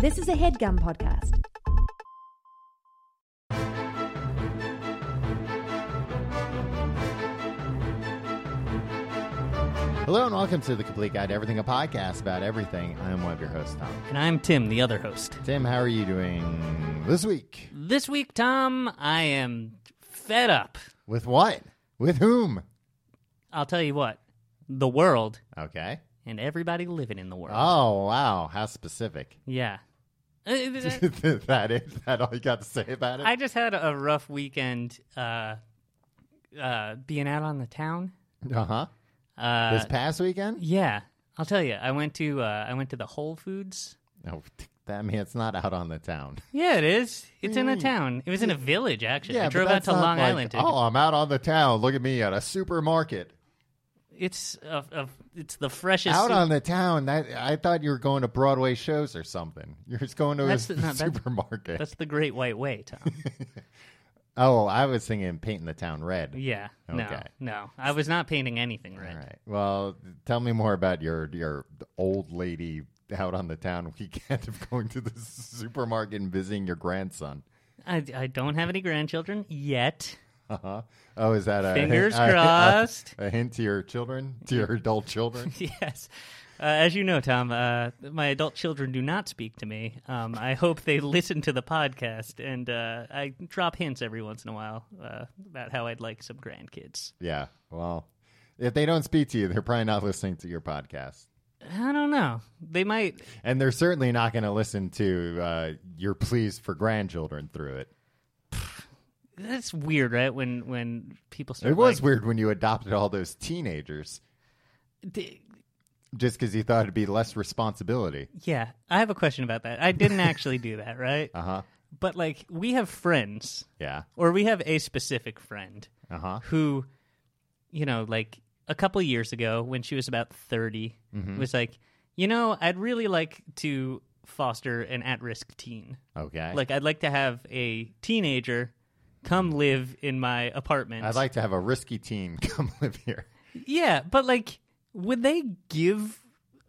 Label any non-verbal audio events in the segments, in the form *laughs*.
This is a headgum podcast. Hello and welcome to the Complete Guide to Everything, a podcast about everything. I'm one of your hosts, Tom. And I'm Tim, the other host. Tim, how are you doing this week? This week, Tom, I am fed up. With what? With whom? I'll tell you what the world Okay. and everybody living in the world. Oh wow, how specific. *laughs* Yeah. Uh, I that is that all you got to say about it? just had a rough weekend uh, uh, being out on the town. Uh huh. Uh, This past weekend? yeah. I'll tell you, I went to uh, I went to the Whole Foods. No, that means it's not out on the town. Yeah, it is. It's in a town. It was in a village, actually. I but drove out that's to not Long like, Island. To, Oh, I'm out on the town. Look at me at a supermarket. It's a, a, it's the freshest. Out soup- on the town. That I thought you were going to Broadway shows or something. You're just going to That's a the- no, that- *laughs* supermarket. That's the Great White Way, Tom. Oh, I was thinking painting the town red. Yeah. No. Okay. No. I was not painting anything red. All right. Well, tell me more about your your old lady out on the town *laughs* weekend of going to the supermarket and visiting your grandson. I, I don't have any grandchildren yet. *laughs* Uh-huh. Oh, is that a Fingers *laughs* a- a- crossed. A, hint to your children, to your adult children? *laughs* yes. Uh, as you know, Tom, uh, my adult children do not speak to me. Um, I hope they *laughs* listen to the podcast, and uh, I drop hints every once in a while uh, about how I'd like some grandkids. yeah. Well, if they don't speak to you, they're probably not listening to your podcast. I don't know. They might. And they're certainly not going to listen to uh, your pleas for grandchildren through it. That's weird, right? When when people start. It was like- weird when you adopted all those teenagers D- just because you thought it'd be less responsibility. yeah, I have a question about that. I didn't actually do *laughs* that, right? Uh huh. But like, we have friends Yeah. or we have a specific friend Uh-huh. who you know like a couple years ago when she was about 30 Mm-hmm. was like you know i'd really like to foster an at-risk teen Okay. like i'd like to have a teenager come live in my apartment I'd like to have a risky teen *laughs* come live here. yeah but like would they give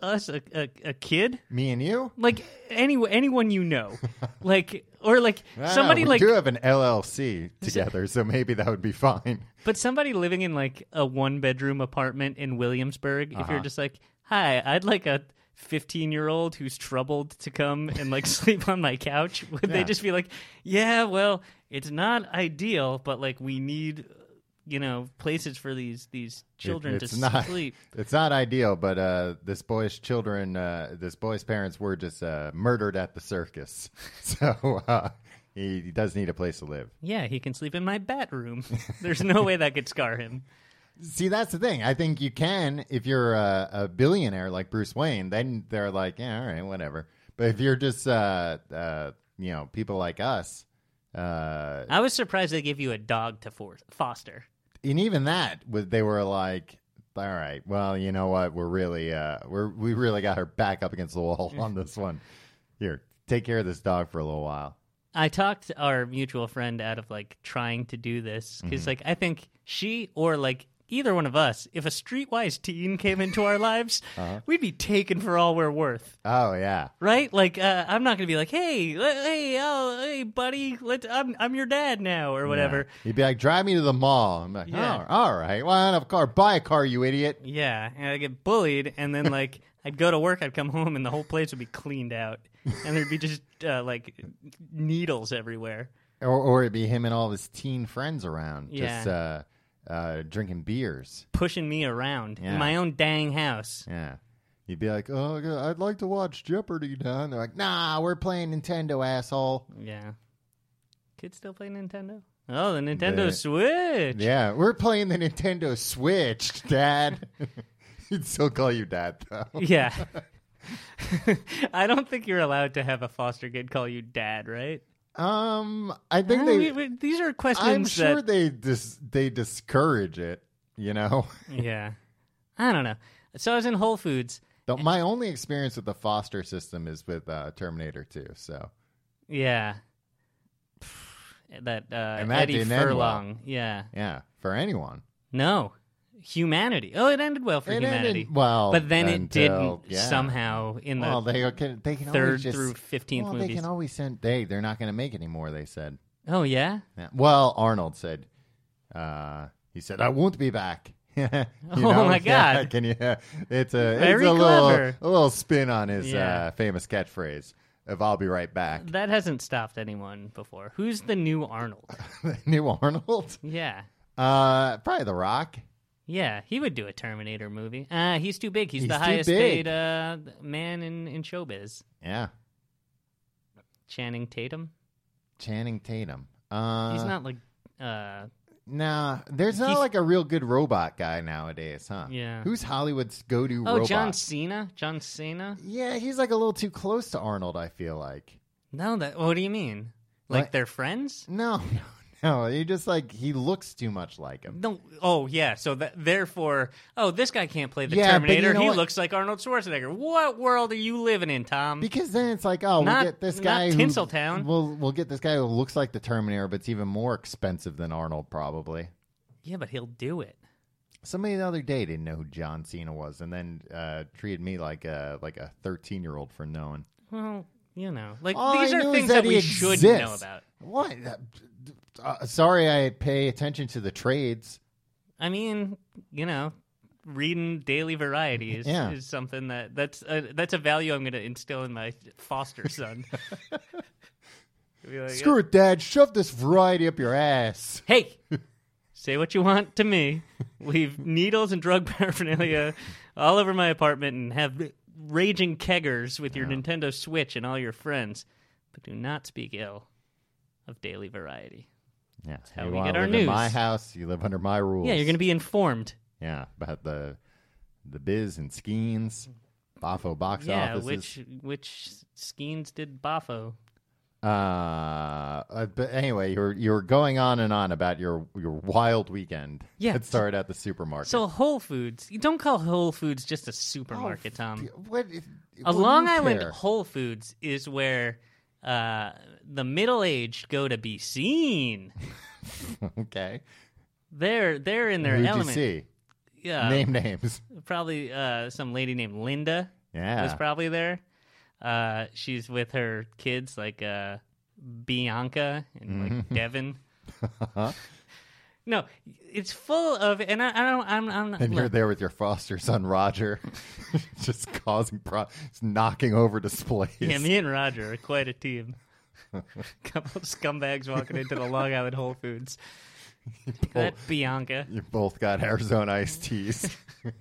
us a, a, a kid Me and you? like any, anyone *laughs* you know like or like I don't know, somebody we like do have an *laughs* LLC together, so maybe that would be fine. But somebody living in like a one bedroom apartment in Williamsburg, if Uh-huh. you're just like, hi, I'd like a 15 year old who's troubled to come and like *laughs* sleep on my couch, would Yeah. they just be like, yeah, well, it's not ideal, but like we need, you know, places for these these *laughs* children It- to it's not, sleep. It's not ideal, but uh, this boy's children, uh, this boy's parents were just uh, murdered at the circus, *laughs* so uh, he, he does need a place to live. Yeah, he can sleep in my bat room. *laughs* There's no way that could scar him. See, that's the thing. I think you can if you're a, a billionaire like Bruce Wayne. Then they're like, yeah, all right, whatever. But if you're just, uh, uh, you know, people like us, uh, I was surprised they gave you a dog to for- foster. and even that was they were like all right well you know what we're really uh we're we really got her back up against the wall on *laughs* this one here take care of this dog for a little while I talked our mutual friend out of like trying to do this because, like, I think she or like either one of us, if a streetwise teen came into our lives, we'd be taken for all we're worth, oh yeah right? Like, uh, I'm not gonna be like, hey, le- hey, oh, hey, buddy, let I'm I'm your dad now or whatever. you'd be like drive me to the mall i'm like Yeah. oh, all right well i don't have a car buy a car you idiot Yeah, and I get bullied, and then like *laughs* I'd go to work, I'd come home, and the whole place would be cleaned out, and there'd be just uh, like needles everywhere. or, or it'd be him and all of his teen friends around just uh uh drinking beers Pushing me around Yeah. in my own dang house. yeah You'd be like, oh, God, I'd like to watch Jeopardy now. And they're like, nah, we're playing Nintendo, asshole. Yeah. Kids still play Nintendo? Oh, the Nintendo The- Switch. Yeah, *laughs* we're playing the Nintendo Switch, Dad. *laughs* He'd still call you Dad, *laughs* though. *laughs* Yeah. I don't think you're allowed to have a foster kid call you dad, right? Um, I think Uh, they. we- we- these are questions I'm sure that they dis- they discourage it. You know, *laughs* Yeah. I don't know. So I was in Whole Foods. Though my only experience with the foster system is with uh, Terminator 2. So Yeah. Pff, That uh And that Eddie didn't end well. Furlong. Yeah. yeah, for anyone, No. humanity. Oh, it ended well for It humanity. ended well but then it until- didn't yeah. somehow in the well, they can they can third always just, through 15th Well, they movies. can always send. They they're not going to make any more. They said. Oh yeah. Yeah. Well, Arnold said. Uh, he said, "I won't be back." *laughs* You *laughs* Oh, my *laughs* Yeah, God. can you? It's a it's Very a clever. little a little spin on his Yeah. uh, famous catchphrase of "I'll be right back." *laughs* That hasn't stopped anyone before. Who's the new Arnold? New Arnold, *laughs* Yeah. uh, probably The Rock. Yeah, he would do a Terminator movie. Uh, he's too big. He's, He's the too highest big. paid uh, man in, in showbiz. Yeah, Channing Tatum. Channing Tatum. Uh, He's not like uh, Nah, there's not He's- like a real good robot guy nowadays, huh? Yeah. Who's Hollywood's go-to oh robot? John Cena. John Cena. Yeah, he's like a little too close to Arnold. I feel like. No, that. What do you mean? Like What? they're friends? No, *laughs* no, no. He just like he looks too much like him. No. Oh yeah. So that, therefore, oh this guy can't play the Yeah, but you Terminator. know he what? looks like Arnold Schwarzenegger. What world are you living in, Tom? Because then it's like, oh, Not- we'll get this not guy. who- Tinseltown. We'll we'll get this guy who looks like the Terminator, but it's even more expensive than Arnold probably. yeah, but he'll do it. Somebody the other day didn't know who John Cena was, and then uh, treated me like a like a thirteen year old for knowing. Well, you know, like All these I are know is things that that, he we should know exists. about. What? Uh, sorry, I pay attention to the trades. I mean, you know, reading daily variety is, Yeah. is something that that's a, that's a value I'm going to instill in my foster son. *laughs* Be like, Screw it, Dad. Shove this variety up your ass. Hey, say what you want to me. Leave needles and drug *laughs* paraphernalia all over my apartment and have raging keggers with your Nintendo Switch and all your friends. But do not speak ill of daily variety. Yeah, that's how you we wanna get our live In my news. house, you live under my rules. Yeah, you're going to be informed. yeah about the the biz and skeins, boffo box yeah, offices. which which skeins did Bafo? Uh, uh, but anyway, you were you were going on and on about your your wild weekend. Yeah. that started at the supermarket. Oh, So Whole Foods, you don't call Whole Foods just a supermarket, Tom. what? if- A what do Long Oh, you Island care? Whole Foods is where uh, the middle-aged go to be seen. Okay, They're they're in their who'd you element. see? Yeah, Name names. probably uh, some lady named Linda was Yeah, probably there. Uh, she's with her kids, like uh, Bianca and like Devin. No, it's full of, and I, I don't, I'm, I'm not. and you're look, there with your foster son Roger, *laughs* just causing pro, just knocking over displays. Yeah, me and Roger are quite a team. *laughs* Couple of scumbags walking into the Long Island Whole Foods. That Bianca. You both got Arizona iced teas. *laughs*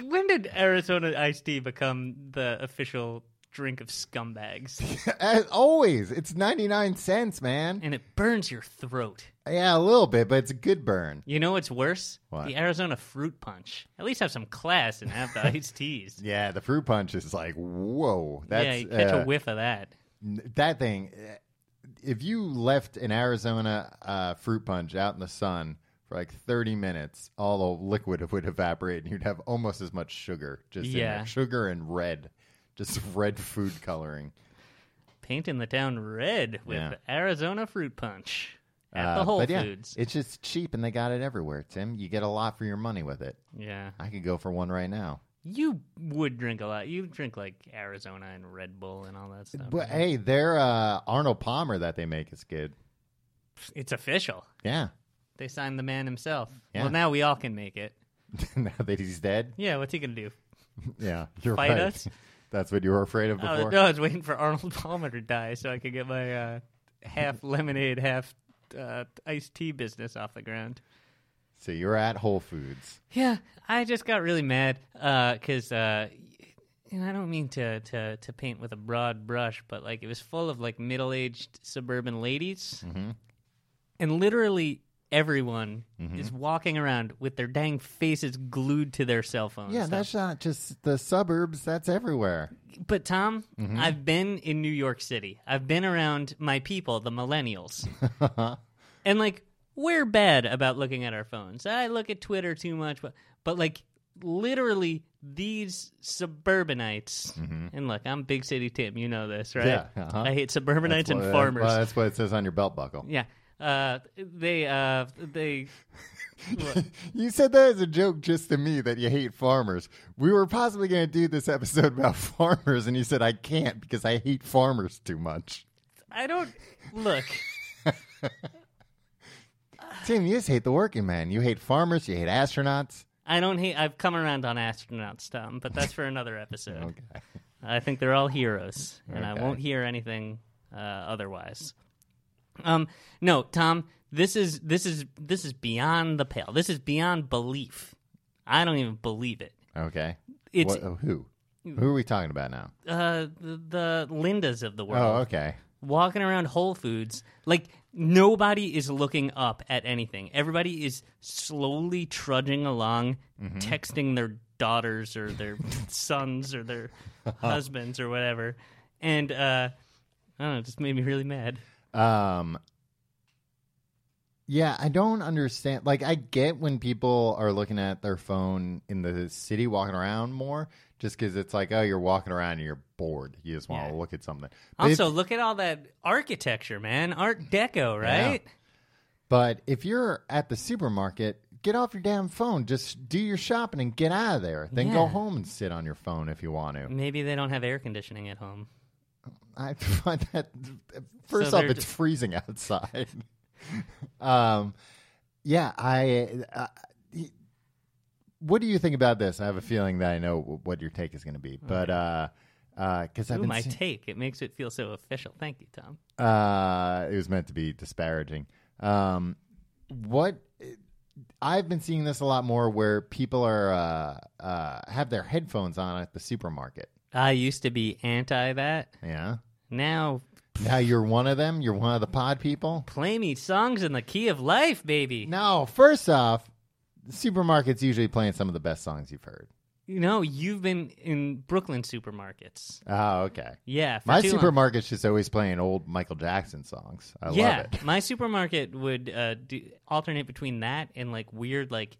When did Arizona iced tea become the official drink of scumbags? As always, it's 99 cents, man. And it burns your throat. Yeah, a little bit, but it's a good burn. You know what's worse? What? The Arizona fruit punch. At least have some class *laughs* and have the iced teas. Yeah, the fruit punch is like, whoa. That's, yeah, you catch uh, a whiff of that. n- That thing, eh, if you left an Arizona uh, fruit punch out in the sun for like 30 minutes, all the liquid *laughs* would evaporate and you'd have almost as much sugar. Just in Yeah. there. sugar and red. Just *laughs* red food coloring. Painting the town red with Yeah. Arizona fruit punch at the Uh, Whole but yeah, Foods. It's just cheap and they got it everywhere, Tim. You get a lot for your money with it. yeah. I could go for one right now. You would drink a lot. You drink like Arizona and Red Bull and all that stuff. But hey, their uh, Arnold Palmer that they make is good. It's official. Yeah. *laughs* They signed the man himself. Yeah. Well, now we all can make it. now that he's dead. Yeah, what's he gonna do? Yeah. You're Fight right. us? *laughs* That's what you were afraid of before. I was, Oh, no, I was waiting for Arnold *laughs* Palmer to die so I could get my uh, half lemonade, half uh, iced tea business off the ground. So you're at Whole Foods. Yeah, I just got really mad because, uh, and I don't mean to, to to paint with a broad brush, but like it was full of like middle aged suburban ladies, and literally everyone is walking around with their dang faces glued to their cell phones. Yeah, Tom. that's not just the suburbs. That's everywhere. but Tom, Mm-hmm. I've been in New York City. I've been around my people, *laughs* the millennials. and like we're bad about looking at our phones. I look at Twitter too much, but but like literally these suburbanites and look, I'm big city Tim, you know this, right? Mm-hmm. Yeah, uh-huh. I hate suburbanites and Well, that- farmers. Well, that's what it says on your belt buckle. Yeah. Uh, they uh, they *laughs* you said that as a joke just to me that you hate farmers. We were possibly going to do this episode *laughs* about farmers, and you said I can't because I hate farmers too much. I don't look. Tim, you just hate the working man. You hate farmers. You hate astronauts. I don't hate. I've come around on astronauts, Tom, but that's for another episode. *laughs* Okay. I think they're all heroes, and I Okay. won't hear anything uh, otherwise. Um, no, Tom, this is this is this is beyond the pale. This is beyond belief. I don't even believe it. Okay. It's What- oh, who? Who are we talking about now? uh, the, the Lindas of the world Oh, okay. walking around Whole Foods. Like nobody is looking up at anything. Everybody is slowly trudging along, Mm-hmm. texting their daughters *laughs* or their sons or their husbands or whatever. And uh, I don't know, it just made me really mad. Um Yeah, I don't understand. Like I get when people are looking at their phone in the city walking around more just cuz it's like, oh, you're walking around and you're bored. You just want to Yeah. look at something. But if- Also, look at all that architecture, man. Art Deco, right? but if you're at the supermarket, get off your damn phone. Just do your shopping and get out of there. Then go Yeah. home and sit on your phone if you want to. Maybe they don't have air conditioning at home. I *laughs* find that first So off, they're it's ju- freezing outside. *laughs* um, yeah, I. Uh, what do you think about this? I have a feeling that I know wh- what your take is going to be, but because uh, uh 'cause I've Ooh, been, my see- take. It makes it feel so official. Thank you, Tom. uh, it was meant to be disparaging. Um, what uh, I've been seeing this a lot more, where people are uh, uh, have their headphones on at the supermarket. I used to be anti that. Yeah. Now Now you're one of them. You're one of the pod people. Play me songs in the key of life, baby. No, first off, the supermarket's usually playing some of the best songs you've heard. You know, you've been in Brooklyn supermarkets. Oh, okay. Yeah. For My too long. supermarket's just always playing old Michael Jackson songs. I yeah, love it. my supermarket would uh, do, alternate between that and like weird like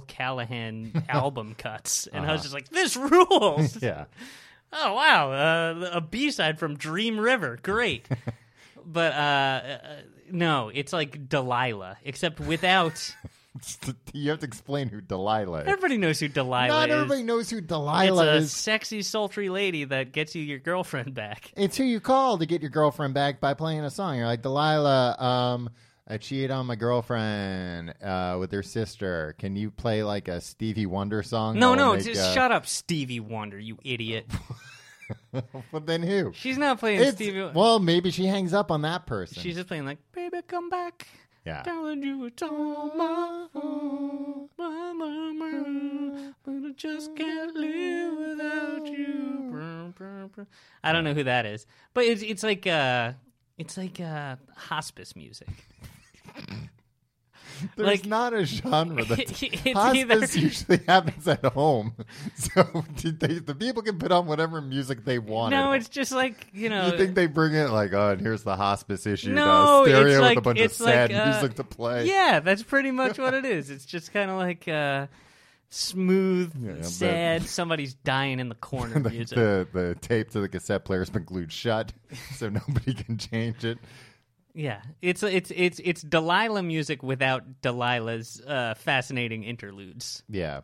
*laughs* Callahan album cuts, and I was just like, "This rules!" Uh-huh. Yeah. *laughs* Oh wow, uh, a B side from Dream River, *laughs* great. but uh, uh, no, it's like Delilah, *laughs* except without. you have to explain who Delilah is. everybody knows who Delilah Not is. everybody knows who It's Delilah a is. sexy, sultry lady that gets you your *laughs* girlfriend back. It's who you call to get your girlfriend back by playing a song. You're like, Delilah, um, I cheated on my girlfriend uh, with her sister. Can you play like a Stevie Wonder song? No, that will no, make, just uh, *laughs* shut up, Stevie Wonder, you idiot. But then who? She's not playing It's- Stevie. Wonder. well, maybe she hangs up on that person. She's just playing like, "Baby, come back." Yeah. Telling you it's all my fault, my, my, my, but I just can't live without you. Brr, brr, brr. I don't know who that is, but it's it's like uh, it's like uh, hospice music. There's Like- not a genre that's *laughs* It's either- hospice usually *laughs* happens at home, *laughs* so they, the people can put on whatever music they want. *laughs* No, it's just like you know. you think they bring it like, oh, and here's the hospice issue, No, uh, stereo it's with a like- bunch of it's sad like, uh, music to play. *laughs* Yeah, that's pretty much what it is. It's just kind of like uh, smooth, Yeah, but- sad. Somebody's dying in the *laughs* corner The, music. the the tape to the cassette player has been glued shut, *laughs* so nobody can change it. Yeah, it's it's it's it's Delilah music without Delilah's uh, fascinating interludes. Yeah.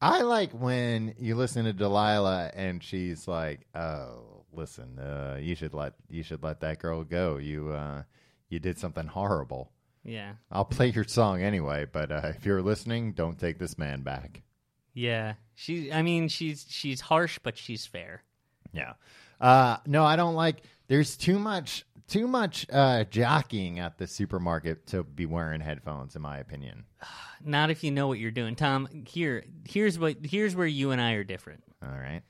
I like when you listen to Delilah and she's like, "Oh, listen, uh, you should let you should let that girl go. You uh, you did something horrible. Yeah, I'll play your song anyway, but uh, if you're listening, don't take this man back." yeah. She, I mean, she's she's harsh, but she's fair. Yeah. Uh, no, I don't like. There's too much too much uh, jockeying at the supermarket to be wearing headphones, in my opinion. Not if you know what you're doing, Tom. Here, here's what here's where you and I are different. All right.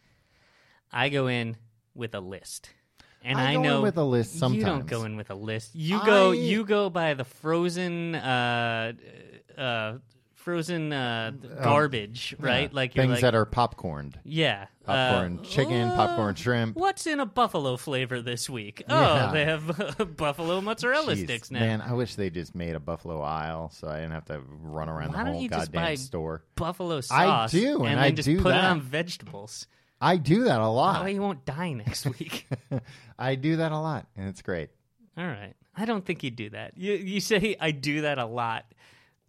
I go in with a list, and I I, go in know with a list You don't sometimes. go in with a list. You go I- you go by the frozen uh, uh, frozen uh, garbage, right? Oh, Yeah. Like you're Uh, things like, that are popcorned, yeah, popcorn uh, chicken, uh, popcorn shrimp. What's in a buffalo flavor this week? Oh, Yeah. they have *laughs* buffalo mozzarella Jeez, sticks now. Man, I wish they just made a buffalo aisle so I didn't have to run around the Why don't whole you just goddamn buy- store. Buffalo I sauce. do, and and, I then just do put that. Ah. it on vegetables. Oh, I do that a *laughs* That lot. way you won't die next *laughs* week. I do that a lot, and it's great. All right. I don't think he'd do that. You you say I do that a lot,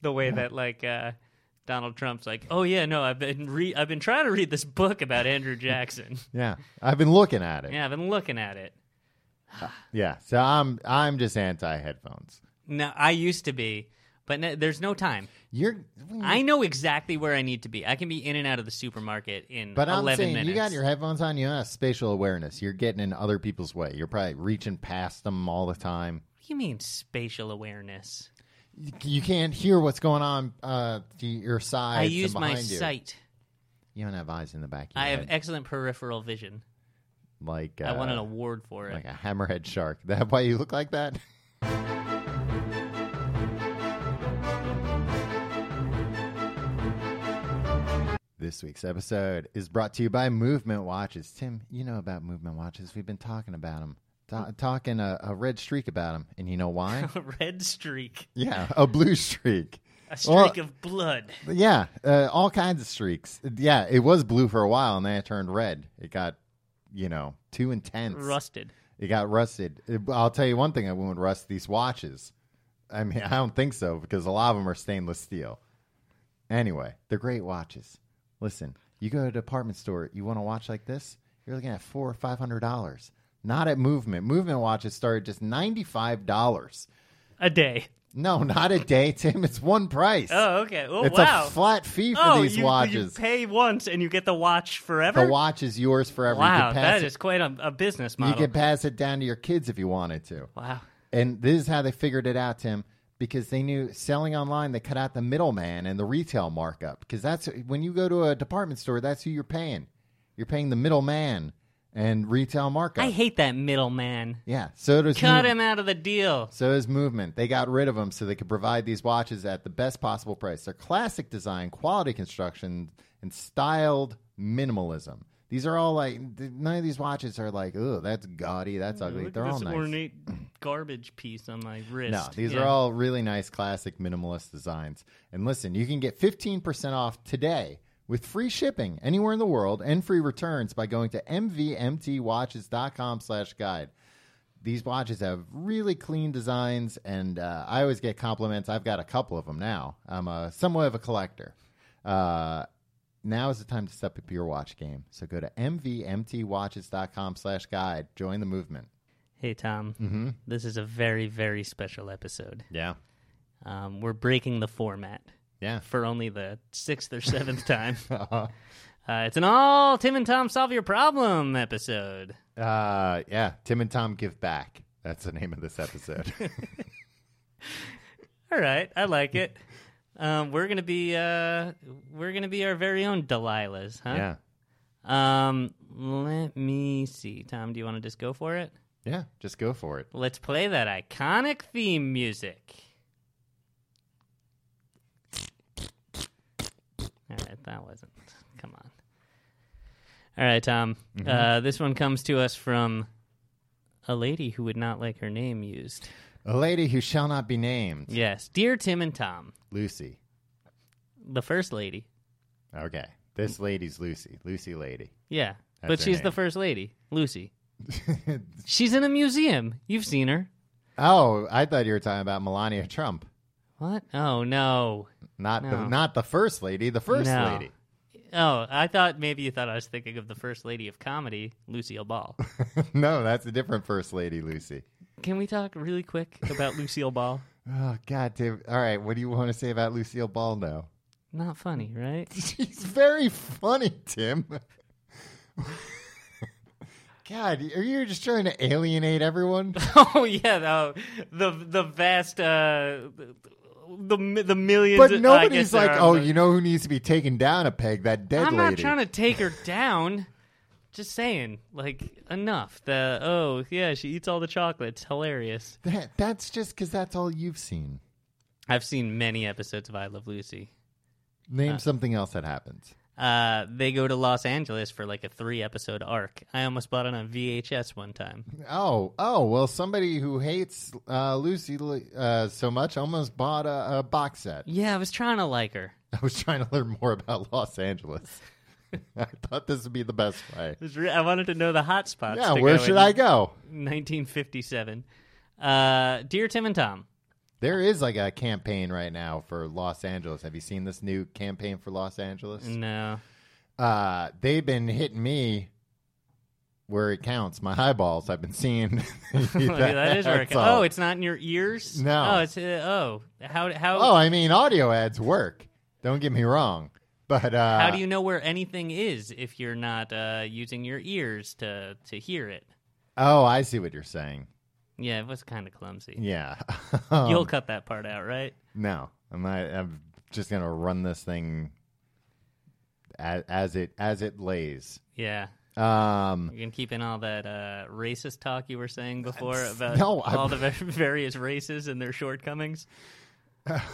the way that like uh, Donald Trump's like, oh yeah, no, I've been re- I've been trying to read this book about *laughs* Andrew Jackson. Yeah, I've been looking at it. Yeah, yeah, I've been looking at it. so I'm I'm just anti headphones. No, I used to be, but no, there's no time. You're I know exactly where I need to be. I can be in and out of the supermarket in But I'm 11 saying minutes. you got your headphones on. You have spatial awareness. You're getting in other people's way. You're probably reaching past them all the time. What do you mean spatial awareness? You- You can't hear what's going on uh, to your sides. I and use my behind you. sight. You don't have eyes in the back. Of your I have head. excellent peripheral vision. like I uh, won an award for it. like a hammerhead shark. *laughs* That why you look like that? This week's episode is brought to you by Movement Watches. Tim, you know about Movement Watches. We've been talking about them, talking a, a red streak about them, and you know why? a *laughs* red streak, yeah, a blue streak. a Well- streak of blood. Yeah, uh, all kinds of streaks. Yeah, it was blue for a while, and then it turned red. It got, you know, too intense. rusted. It got rusted. It- I'll tell you one thing: I won't rust these watches. I mean, *laughs* I don't think so because a lot of them are stainless steel. Anyway, they're great watches. Listen, you go to a department store, you want a watch like this, you're looking at four or five hundred dollars. Not at Movement. Movement watches start at just ninety five dollars. A day. No, *laughs* not a day, Tim. It's one price. Oh, okay. Oh, it's wow. a flat fee for oh, these you, watches. you pay once and you get the watch forever. the watch is yours forever. you wow, could pass that is quite a, a business it, you model. could pass it down to your kids if you wanted to. wow. And this is how they figured it out, Tim, because they knew selling online, they cut out the middleman and the retail markup. Because that's when you go to a department store, that's who you're paying. You're paying the middleman and retail markup. I hate that middleman. yeah. Hmm. So does Cut Mov- him out of the deal. So does Movement. They got rid of them so they could provide these watches at the best possible price. They're classic design, quality construction, and styled minimalism. These are all like th- none of these watches are like, oh, that's gaudy, that's ugly. Look They're at all this nice. ornate garbage piece on my wrist. No, these Yeah. are all really nice, classic minimalist designs. And listen, you can get 15% off today with free shipping anywhere in the world and free returns by going to mvmtwatches.com slash guide. These watches have really clean designs, and uh, I always get compliments. I've got a couple of them now. I'm a, somewhat of a collector. Uh, now is the time to step up your watch game. So go to mvmtwatches.com slash guide. Join the movement. Hey, Tom. Mm-hmm. This is a very, very special episode. *laughs* Yeah. Um, we're breaking the format Yeah. for only the sixth *laughs* or seventh time. Uh, it's an all Tim and Tom solve your problem episode. Uh, yeah. Tim and Tom give back. That's the name of this *laughs* episode. All right, I like it. Um, we're gonna be uh, we're gonna be our very own Delilahs, huh? yeah. Um, let me see, Tom. Do you want to just go for it? Yeah. Just go for it. Let's play that iconic theme music. All right, that wasn't. Come on. All right, Tom. Uh, this one comes to us from a lady who would not like her name used. A lady who shall not be named, Yes, dear Tim and Tom, Lucy. the first lady. Okay. This Mm. lady's Lucy. Lucy lady. *laughs* Yeah, but That's her she's the name. first lady, Lucy. she's in a museum. You've seen her. Oh, I thought you were talking about Melania Trump. What? Oh no. Not the No. not the first lady, the first No. lady. *laughs* Oh, I thought maybe you thought I was thinking of the first lady of comedy, *laughs* Lucille Ball. no, that's a different first lady, Lucy. Can we talk really quick about Lucille Ball? Oh God, Dave. All right, what do you want to say about Lucille Ball now? Not funny, *laughs* right? She's very funny, Tim. God, are you just trying to alienate everyone? oh yeah, no, the the vast uh, the mi- the millions. I But guess nobody's there like, are, oh, but- you know who needs to be taken down a peg? That dead I'm lady. not trying to take her down. Just saying, like enough. The oh yeah, she eats all the chocolates. Hilarious. That, that's just because that's all you've seen. I've seen many episodes of I Love Lucy. Name something else that happens. Uh, they go to Los Angeles for like a three episode arc. I almost bought it on VHS one time. Oh, oh, well, somebody who hates uh, Lucy uh, so much almost bought a, a box set. Yeah, I was trying to like her. I was trying to learn more about Los Angeles. *laughs* I thought this would be the best way. It was re- I wanted to know the hot spots. Yeah, to where go should in I go? 1957. Uh, Dear Tim and Tom, There is like a campaign right now for Los Angeles. Have you seen this new campaign for Los Angeles? no. *laughs* Uh, they've been hitting me where it counts. My eyeballs. I've been *laughs* seeing. *laughs* that is where it That's co- all. Oh, it's not in your ears. No. Oh, it's uh, oh. How how Oh, I mean, audio ads work. Don't get me wrong, but uh, how do you know where anything is if you're not uh, using your ears to to hear it? Oh, I see what you're saying. Yeah, it was kind of clumsy. Yeah. *laughs* Oh, You'll cut that part out, right? No, I'm not, I'm just gonna run this thing as, as it as it lays. Yeah. Um, You can keep in all that uh, racist talk you were saying before about no, I- *laughs* all the va- various races and their shortcomings.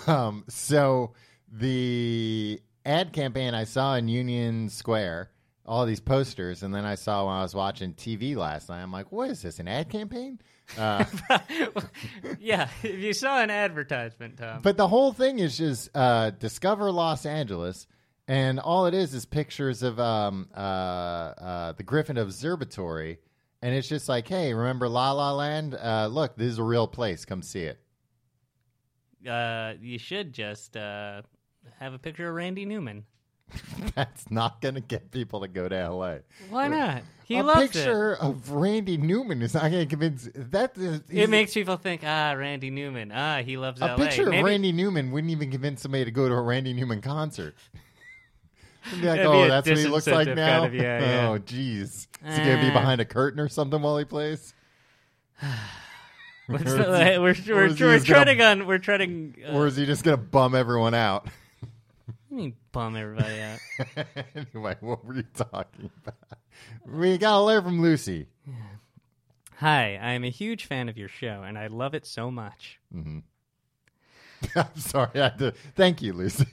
um, so the ad campaign I saw in Union Square, all these posters, and then I saw when I was watching TV last night. I'm like, what is this? An ad campaign? Uh, yeah, *laughs* if you saw an advertisement, Tom. But the whole thing is just uh, discover Los Angeles, and all it is is pictures of um, uh, uh, the Griffin Observatory, and it's just like, hey, remember La La Land? Uh, look, this is a real place. Come see it. *laughs* uh, you should just uh, have a picture of Randy Newman. That's not going to get people to go to L.A. Why not? He a loves it. picture of Randy Newman is not going to convince. That is, It makes people think, ah, Randy Newman. Ah, he loves a LA. picture Maybe of Randy Newman wouldn't even convince somebody to go to a Randy Newman concert. *laughs* They'd be like, That'd be oh, a that's what he looks like disincentive now. kind *laughs* of- yeah, yeah. Oh, jeez, is he gonna be Uh. behind a curtain or something while he plays? *laughs* What's or the- is he- we're or we're, is he we're just gonna- treading on. We're treading. Uh, Or is he just gonna bum everyone out? *laughs* let me bum everybody out. anyway, what were you talking about? We gotta learn from Lucy. *laughs* Hi, I am a huge fan of your show, and I love it so much. I'm sorry. I had to, thank you, Lucy.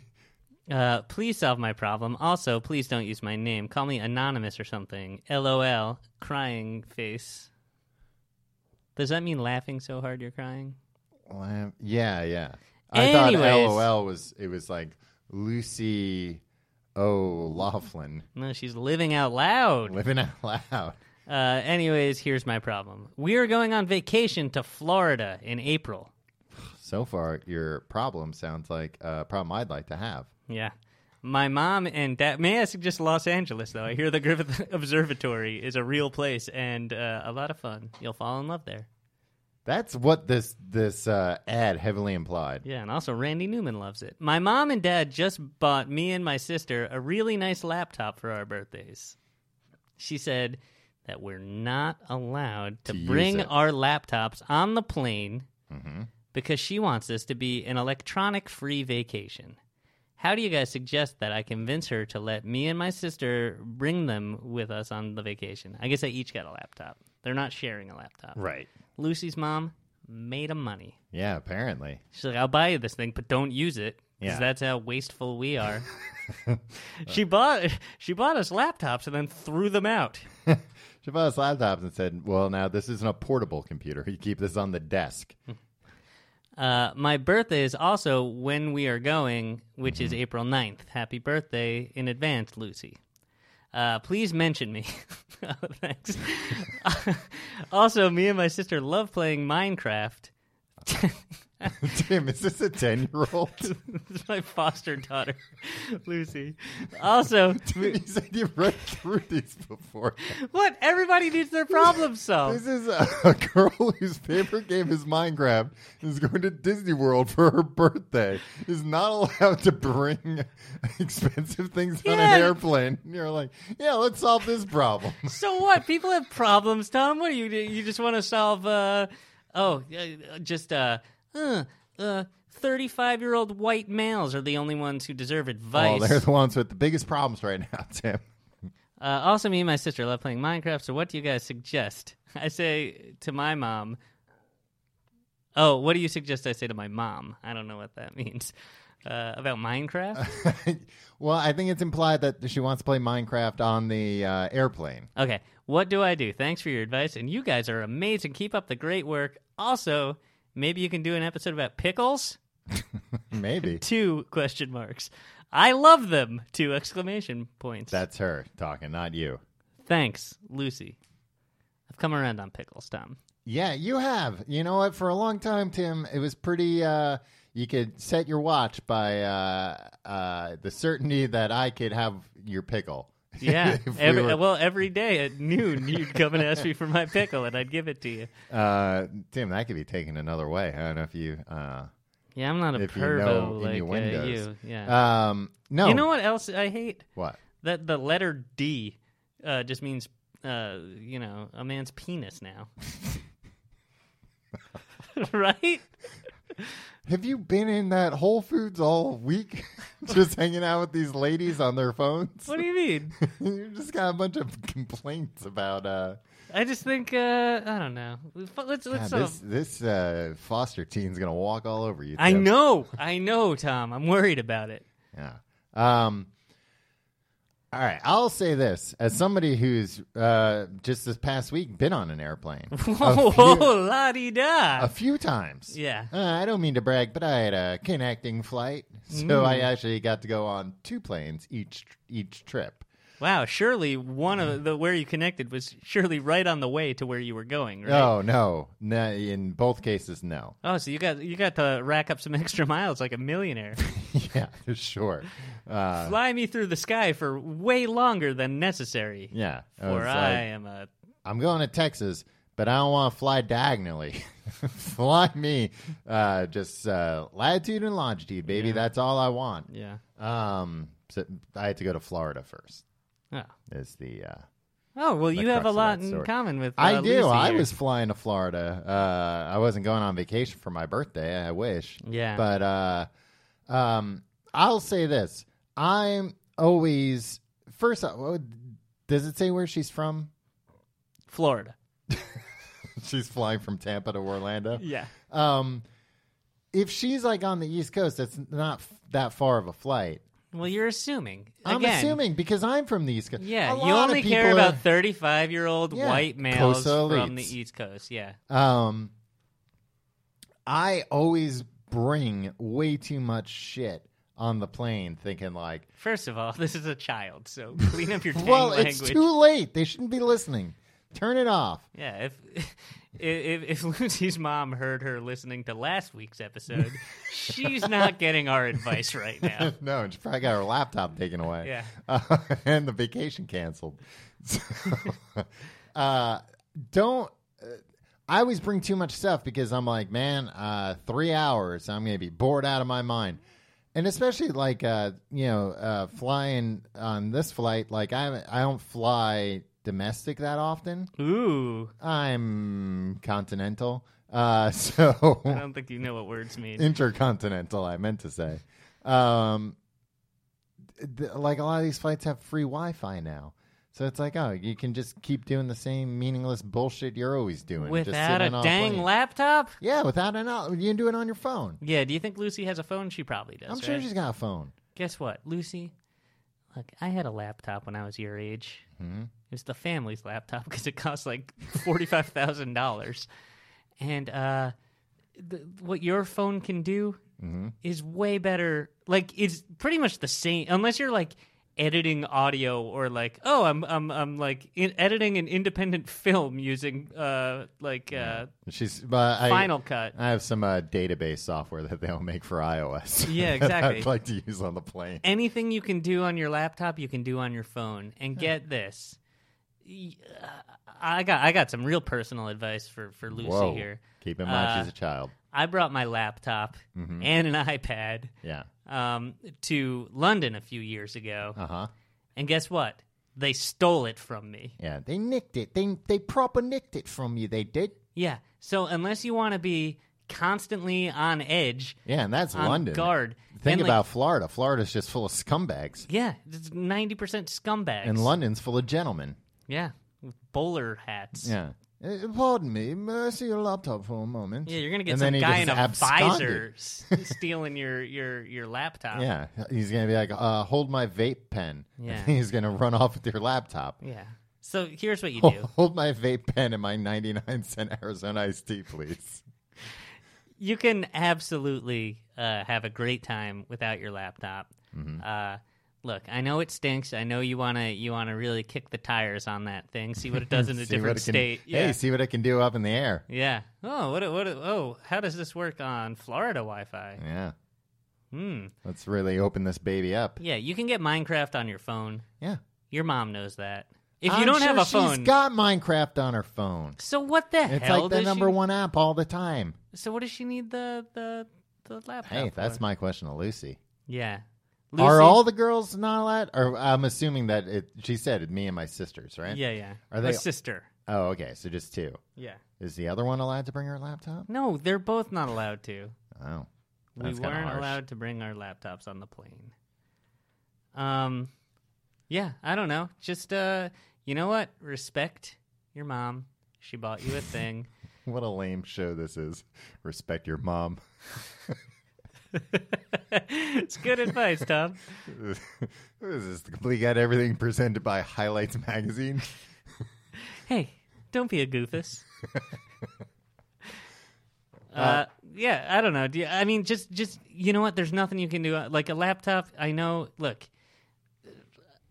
Uh, please solve my problem. Also, please don't use my name. Call me anonymous or something. LOL, crying face. Does that mean laughing so hard you're crying? Well, yeah, yeah. I Anyways. thought LOL was it was like Lucy O'Laughlin *laughs* No, she's living out loud. living out loud. Uh, anyways, here's my problem. We are going on vacation to Florida in April. So far, your problem sounds like a problem I'd like to have. Yeah. My mom and dad. May I suggest Los Angeles, though? I hear the Griffith *laughs* Observatory is a real place and uh, a lot of fun. You'll fall in love there. That's what this this uh, ad heavily implied. Yeah, and also Randy Newman loves it. My mom and dad just bought me and my sister a really nice laptop for our birthdays. She said that we're not allowed to, To use bring it. Mm-hmm. our laptops on the plane because she wants this to be an electronic free vacation. How do you guys suggest that I convince her to let me and my sister bring them with us on the vacation? I guess they each got a laptop. They're not sharing a laptop. Right. Lucy's mom made 'em money. Yeah. Apparently, She's like, I'll buy you this thing, but don't use it. Because Yeah. that's how wasteful we are. *laughs* she bought she bought us laptops and then threw them out. she bought us laptops and said, "Well, now this isn't a portable computer. You keep this on the desk." *laughs* Uh, my birthday is also when we are going, which is April 9th. Happy birthday in advance, Lucy. Uh, please mention me. *laughs* oh, thanks. *laughs* also, me and my sister love playing Minecraft. *laughs* Tim, is this a ten year old? *laughs* this is my foster daughter, *laughs* Lucy. Also, you said you've read through these before. what? Everybody needs their problems solved. This is a, *laughs* a girl whose favorite game is Minecraft is going to Disney World for her birthday. Is not allowed to bring *laughs* expensive things on Yeah. an airplane. And You're like, yeah, let's solve this problem. So what? People have problems, Tom. What do you do? You just want to solve? Uh, oh, uh, just uh, uh, uh, thirty-five-year-old white males are the only ones who deserve Well, advice. Oh, they're the ones with the biggest problems right now, *laughs* Tim. Uh, also, me and my sister love playing Minecraft. So, what do you guys suggest? I say to my mom. Oh, what do you suggest I say to my mom? I don't know what that means. Uh, *laughs* about Minecraft? well, I think it's implied that she wants to play Minecraft on the uh, airplane. Okay, what do I do? Thanks for your advice, and you guys are amazing. Keep up the great work. Also, maybe you can do an episode about pickles. *laughs* Maybe Two question marks. I love them. Two exclamation points. that's her talking, not you. *laughs* Thanks, Lucy. I've come around on pickles, Tom. Yeah, you have. You know what? For a long time, Tim, it was pretty. Uh, you could set your watch by uh, uh, the certainty that I could have your pickle. Yeah. If we every, were- Well, every day at noon, you'd come and ask me for my pickle, and I'd give it to you. Uh, Tim, that could be taken another way. I don't know if you. Uh, Yeah, I'm not a If you know pervo like uh, innuendos. you. Yeah. um, no. You know what else I hate? What? That the letter D uh, just means, uh, you know, a man's penis now. *laughs* right? Have you been in that Whole Foods all week, *laughs* just hanging out with these ladies on their phones? What do you mean? *laughs* you just got a bunch of complaints about. Uh, I just think uh, I don't know. Let's let's. God, uh, this this uh, foster teen's gonna walk all over you. I Tim. know, I know, Tom. I'm worried about it. Yeah. Um. All right. I'll say this as somebody who's uh, just this past week been on an *laughs* airplane a Whoa, few, la di da. a few times. Yeah. Uh, I don't mean to brag, but I had a connecting flight, so Mm. I actually got to go on two planes each each trip. Wow. Surely one of the where you connected was surely right on the way to where you were going, right? Oh no, no! In both cases, no. *laughs* Oh, so you got you got to rack up some *laughs* extra miles like a millionaire. *laughs* yeah, sure. Uh, Fly me through the sky for way longer than necessary. yeah, I was For I like, am a I'm going to Texas, but I don't want to fly diagonally. *laughs* fly me, uh, just uh, latitude and longitude, baby. Yeah. That's all I want. yeah. Um, so I had to go to Florida first. Oh, Is the uh, oh well, The you have crux a of lot that in story. common with. Uh, I do. Lucy I here. was flying to Florida. Uh, I wasn't going on vacation for my birthday. I wish. Yeah. But uh, um, I'll say this: I'm always first. oh, Does it say where she's from? *laughs* Florida. She's flying from Tampa to Orlando. Yeah. Um, if she's like on the East Coast, that's not f- that far of a flight. Well, you're assuming. I'm Again, assuming because I'm from the East Coast. Yeah, A you lot of only people care about are- 35 year old Yeah, white males coastal from elites. the East Coast. Yeah. Um, I always bring way too much shit on the plane, thinking like, First of all, *laughs* this is a *laughs* child, so clean up your tang well, language. it's too late. They shouldn't be listening. Turn it off. Yeah, if, *laughs* if if Lucy's mom heard her listening to last *laughs* week's episode, she's not getting our advice right now. no, and she probably got her laptop taken away. Yeah. Uh, *laughs* and the vacation canceled. So, *laughs* uh, don't. Uh, I always bring too much stuff because I'm like, man, uh, three hours, I'm going to be bored out of my mind. And especially like, uh, you know, uh, flying on this flight, like, I, I don't fly domestic that often. Ooh, I'm continental. Uh, *laughs* so I don't think you know what words mean. intercontinental i meant to say um th- like a lot of these flights have free wi-fi now so it's like oh you can just keep doing the same meaningless bullshit you're always doing just Without sitting a on dang plane. laptop? yeah without an out you can do it on your phone Yeah, do you think Lucy has a phone? She probably does. i'm sure right? she's got a phone Guess what, Lucy? Look, I had a laptop when I was your age. It was the family's laptop *laughs* because it cost like forty-five thousand dollars, and uh, th- what your phone can do is way better. Like it's pretty much the same, unless you're like editing audio or like oh i'm i'm i'm like in- editing an independent film using uh like uh she's but I, final cut i have some uh, database software that they'll make for ios *laughs* Yeah, that exactly. i'd like to use on the plane anything you can do on your laptop, you can do on your phone. And get this, Y- uh, I got I got some real personal advice for for Lucy whoa here. keep in mind Uh, she's a child I brought my laptop Mm-hmm. and an *laughs* iPad yeah um, to London a few years ago, uh-huh and guess what? They stole it from me. yeah they nicked it they they proper nicked it from you they did Yeah. So unless you want to be constantly on edge, Yeah, and that's on London. guard, Think and, like, about Florida. Florida's just full of scumbags, yeah, it's ninety percent scumbags. and London's full of gentlemen. yeah, with bowler hats. Yeah. Uh, Pardon me, may I see your laptop for a moment? Yeah, you're gonna get And some then he guy in just a absconded. visor s- stealing your your your laptop. Yeah, he's gonna be like, uh, "Hold my vape pen." *laughs* Yeah. And he's gonna run off with your laptop. Yeah. So here's what *laughs* you Oh. do: Hold my vape pen and my 99 cent Arizona iced tea, please. you Mm-hmm. can absolutely uh, have a great time without your laptop. Uh, Look, I know it stinks. I know you wanna you wanna really kick the tires on that thing. See what *laughs* it does in See a what different it can- state. Hey, see what I can do up in the air. Yeah. Oh, what? A, what? A, oh, how does this work on Florida Wi-Fi? Yeah. Hmm. Let's really open this baby up. Yeah, you can get Minecraft on your phone. Yeah. Your mom knows that. If you I'm don't have sure a phone, she's got Minecraft on her phone. so what the It's hell? like the does number she, one app all the time. So what does she need the the the laptop? Hey, that's for? my question to Lucy. yeah. Are Lucy- all the girls not allowed? Or I'm assuming that it, she said me and my sisters, right? Yeah, yeah. Are they- a sister? Oh, okay. So just two. Yeah. Is the other one allowed to bring her laptop? No, they're both not allowed to. Oh, We That's weren't kinda harsh. allowed to bring our laptops on the plane. Um, yeah, I don't know. Just uh, you know what? Respect your mom. She bought you a *laughs* thing. what a lame show this is. Respect your mom. *laughs* it's good advice, Tom. What is this the complete guide to everything presented by Highlights Magazine? *laughs* Hey, don't be a goofus. Uh, Uh, yeah, I don't know. Do you, I mean, just, just you know what? There's nothing you can do. uh, Like a laptop, I know. Look,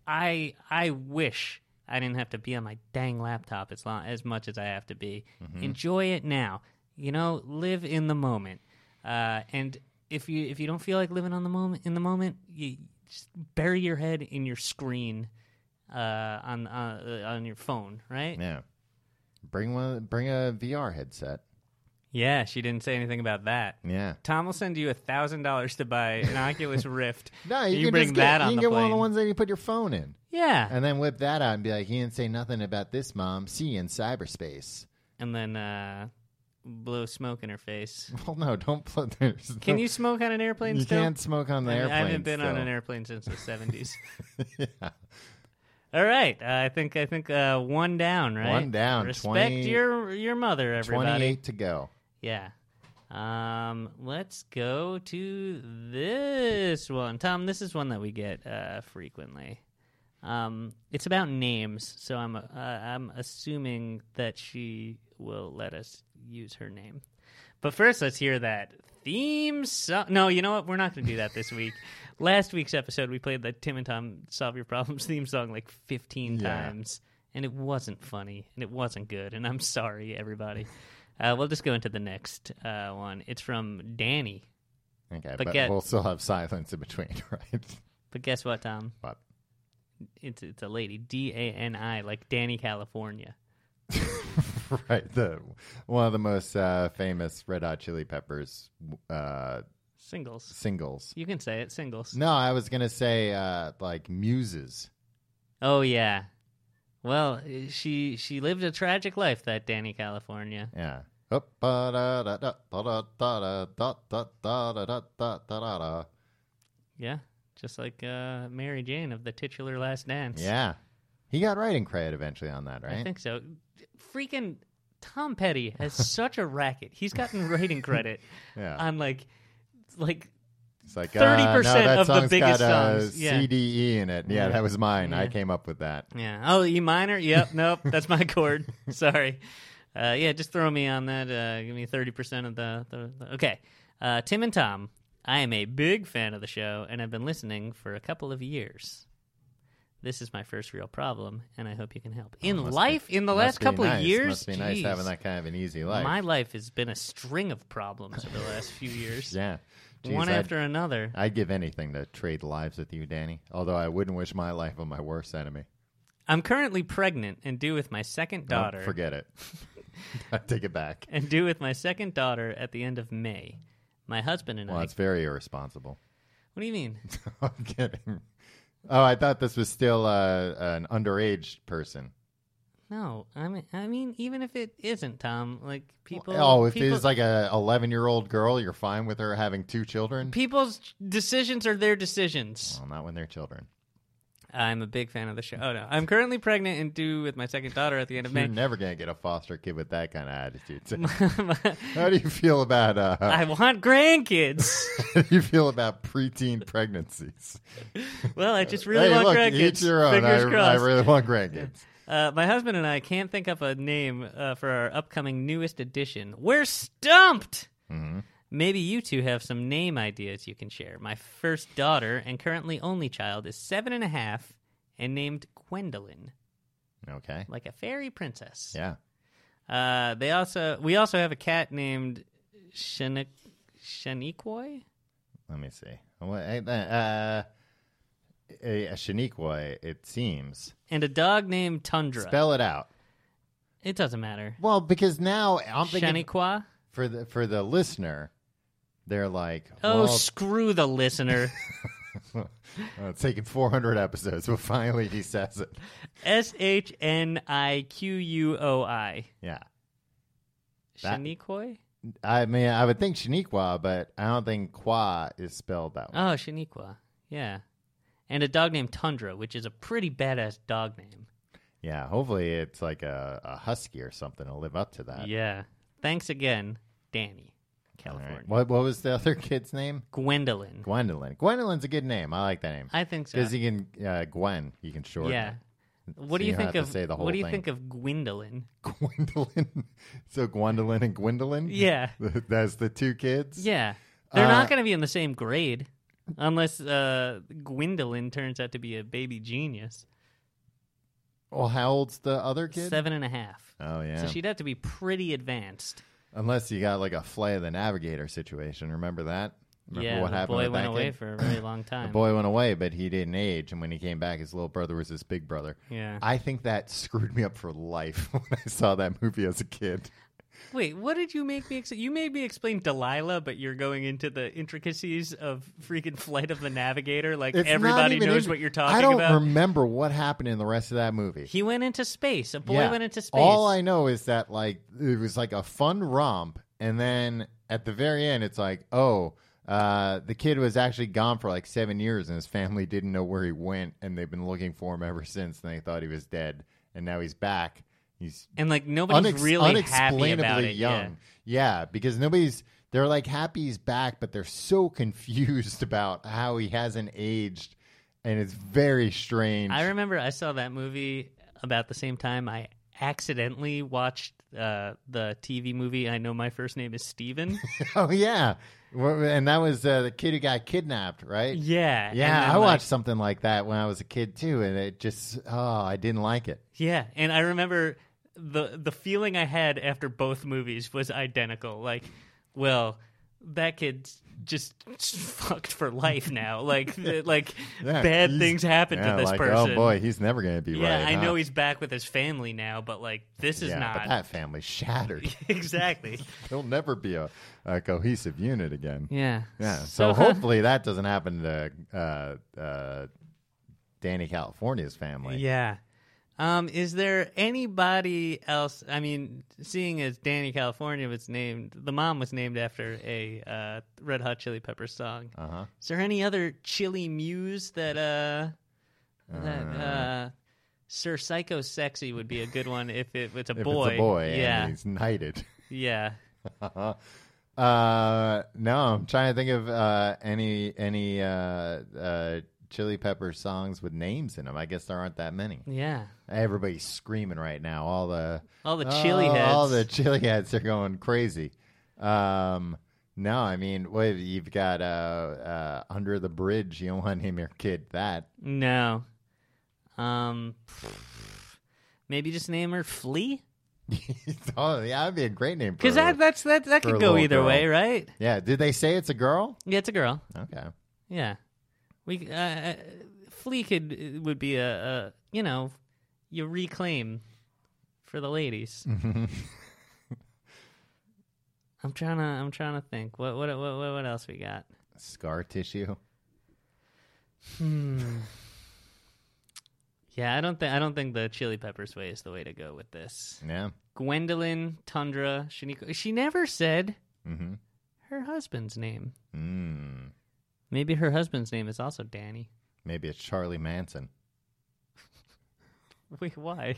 I, I wish I didn't have to be on my dang laptop as long as much as I have to be. Enjoy it now. You know, live in the moment. Uh, and if you if you don't feel like living on the moment in the moment, you just bury your head in your screen uh, on uh, on your phone, right? Yeah. Bring one. Bring a VR headset. Yeah, she didn't say anything about that. Yeah. Tom will send you a thousand dollars to buy *laughs* an Oculus Rift. No, you, You can bring just that get, on you can the get one Uh, of the plane. ones that you put your phone in, Yeah, and then whip that out and be like, "He didn't say nothing about this, mom. See you in cyberspace." *laughs* and then uh, blow smoke in her face. Well, no, don't put. there's Can no- you smoke on an airplane You still? can't smoke on the I mean, airplane. I haven't been on still. an airplane since the seventies. *laughs* yeah. All right, uh, I think I think uh, one down, right? One down, Respect 20 your your mother, everybody. Twenty-eight to go. Yeah. Um, let's go to this one. Tom, this is one that we get uh, frequently. Um, it's about names, so I'm uh, I'm assuming that she will let us use her name. But first, let's hear that theme song. No, you know what? We're not going to do that this week. Last week's episode, we played the Tim and Tom Solve Your Problems *laughs* theme song like 15 Yeah. times, and it wasn't funny, and it wasn't good, and I'm sorry, everybody. Uh, we'll just go into the next uh, one. It's from Danny. Okay, But but, get- we'll still have silence in between, *laughs* right? But guess what, Tom? But *laughs* It's it's a lady. D A N I, like Danny, California. right, the one of the most uh, famous Red Hot Chili Peppers uh, Singles. singles. You can say it. Singles. No, I was gonna say uh, like muses. Oh yeah. Well, she she lived a tragic life, that Danny, California. Yeah. Up, ba, da, da, da, ba, da, da, da, da, da, da, da, da, da, da, da, da. Yeah, just like uh, Mary Jane of the titular Last Dance. Yeah. He got writing credit eventually on that, I right? think so. Freaking Tom Petty *laughs* has such a racket. He's gotten writing credit Yeah. on like like It's like uh, 30% that of the song's got biggest a songs. Yeah. CDE in it. Yeah, that was mine. I came up with that. Yeah. Oh, E minor. Yep. Nope. That's my chord. *laughs* Sorry. Uh, yeah. Just throw me on that. Uh, give me thirty percent of the, the, the. Okay. Uh, Tim and Tom. I am a big fan of the show, and I've been listening for a couple of years. This is my first real problem, and I hope you can help. In Oh, must be- life, in the Must last be couple nice. of years, must be nice geez, having that kind of an easy life. my life has been a string of problems over the last *laughs* few years, yeah, Jeez, one I'd, after another. I'd give anything to trade lives with you, Danny. Although I wouldn't wish my life on my worst enemy. I'm currently pregnant and due with my second Nope, daughter. forget it. *laughs* I take it back. and due with my second daughter at the end of May. My husband and Well, I. it's very irresponsible. *laughs* What do you mean? I'm kidding. Oh, I thought this was still uh, an underage person. No, I mean, I mean, even if it isn't Tom, like people. oh, if people, it's like a 11 year old girl, you're fine with her having two children. people's decisions are their decisions. well, not when they're children. I'm a big fan of the show. Oh no, I'm currently pregnant and due with my second daughter at the end *laughs* of You're May. never gonna get a foster kid with that kind of attitude. *laughs* So My- how do you feel about uh, *laughs* *laughs* I want grandkids. *laughs* how do you feel about preteen pregnancies? well, I just really hey, want look, grandkids. each your own. I, Fingers crossed. I really want *laughs* grandkids. Uh, my husband and I can't Mm-hmm. think up a name uh, for our upcoming newest edition. We're stumped. Maybe you two have some name ideas you can share. My first daughter and currently only child is seven and a half and named Gwendolyn, Okay. like a fairy princess. Yeah. Uh, they also we also have a cat named Shani- Shaniqua. Let me see. Well, I- Uh, a, a Shaniqua, it seems. and a dog named Tundra. Spell it out. it doesn't matter. Well, because now I'm thinking Shaniqua. for the for the listener, they're like, Oh, well, screw the listener. uh, it's taken 400 episodes, but finally he says it. S H N I Q U O I. Yeah. That- Shaniqua. I mean, I would think Shaniqua, but I don't think Qua is spelled that way. Oh, Shaniqua. Yeah, and a dog named Tundra, which is a pretty badass dog name. Yeah, hopefully it's like a, a husky or something to live up to that. yeah. Thanks again, Danny, All right. California. What what was the other kid's name? Gwendolyn. Gwendolyn. Gwendolyn's a good name. I like that name I think so. because you can uh, Gwen. You can shorten. yeah. it. What do you you don't think have of to say the whole what do you thing. think of Gwendolyn? *laughs* Gwendolyn. So Gwendolyn and Gwendolyn. Yeah. *laughs* That's the two kids. Yeah. They're Uh, not going to be in the same grade unless uh, Gwendolyn turns out to be a baby genius. Well, how old's the other kid? Seven and a half. Oh yeah. So she'd have to be pretty advanced. Unless you got like a Flight of the Navigator situation. Remember that? Remember yeah, what the happened boy with went that away kid? *clears throat* for a very long time. The boy went away, but he didn't age, and when he came back, his little brother was his big brother. Yeah. I think that screwed me up for life *laughs* when I saw that movie as a kid. Wait, what did you make me explain? You made me explain Delilah, but you're going into the intricacies of freaking Flight of the Navigator. Like It's not everybody even knows in- what you're talking I don't about. remember what happened in the rest of that movie. he went into space. A boy Yeah. went into space. All I know is that like it was like a fun romp, and then at the very end, it's like, oh, uh, the kid was actually gone for like seven years, and his family didn't know where he went, and they've been looking for him ever since, and they thought he was dead, and now he's back. He's and like nobody's unex- really happy unexplainably about it. Yeah. young. Yeah. because nobody's. They're like happy he's back, but they're so *laughs* confused about how he hasn't aged, and it's very strange. I remember I saw that movie about the same time I accidentally watched uh, the TV movie I Know My First Name *laughs* is Steven. oh yeah, Well, and that was uh, the kid who got kidnapped, right? yeah. and Yeah, then, I like- watched something like that when I was a kid too, and it just oh, I didn't like it. Yeah. And I remember the the feeling I had after both movies was identical. Like, well, that kid's just fucked for life *laughs* now. Like, th- like Yeah, bad he's- things happen yeah, to this like, person. Oh boy, he's never gonna be Yeah, right. I huh? know he's back with his family now, but like this is yeah, not but that family *laughs* shattered. *laughs* exactly. He'll never be a, a cohesive unit again. Yeah. Yeah. So, hopefully that doesn't happen to uh, uh, Danny California's family. Yeah. Um, is there anybody else? I mean, seeing as Danny California was named, the mom was named after a uh, Red Hot Chili Peppers song. Uh-huh. Is there any other chili muse that uh, that uh, Sir Psycho Sexy would be a good one if it was a If boy? it's a boy yeah, and he's knighted. yeah. *laughs* Uh, no, I'm trying to think of uh, any any uh, uh, Chili Pepper songs with names in them. I guess there aren't that many. Yeah, Everybody's screaming right now. All the all the chili Oh, heads. All the chili heads are going crazy. Um, no, I mean, what have- you've got uh, uh, under the bridge. You don't want to name your kid that. *laughs* no, um, maybe just name her Flea oh, yeah, that'd be a great name. because for- that that's that that for a could go little either girl. way, right? yeah. Did they say it's a girl? Yeah, it's a girl. Okay. Yeah, we uh, uh, flea could uh, would be a, a you know you reclaim for *laughs* the ladies. I'm trying to I'm trying to think what what what what what else we got. Scar tissue. Yeah, I don't think I don't think the Chili Peppers way is the way to go with this. Yeah. Gwendolyn Tundra Shiniko. She never said Mm-hmm. her husband's name. Mm. Maybe her husband's name is also Danny. *laughs* Maybe it's Charlie Manson. Wait, why?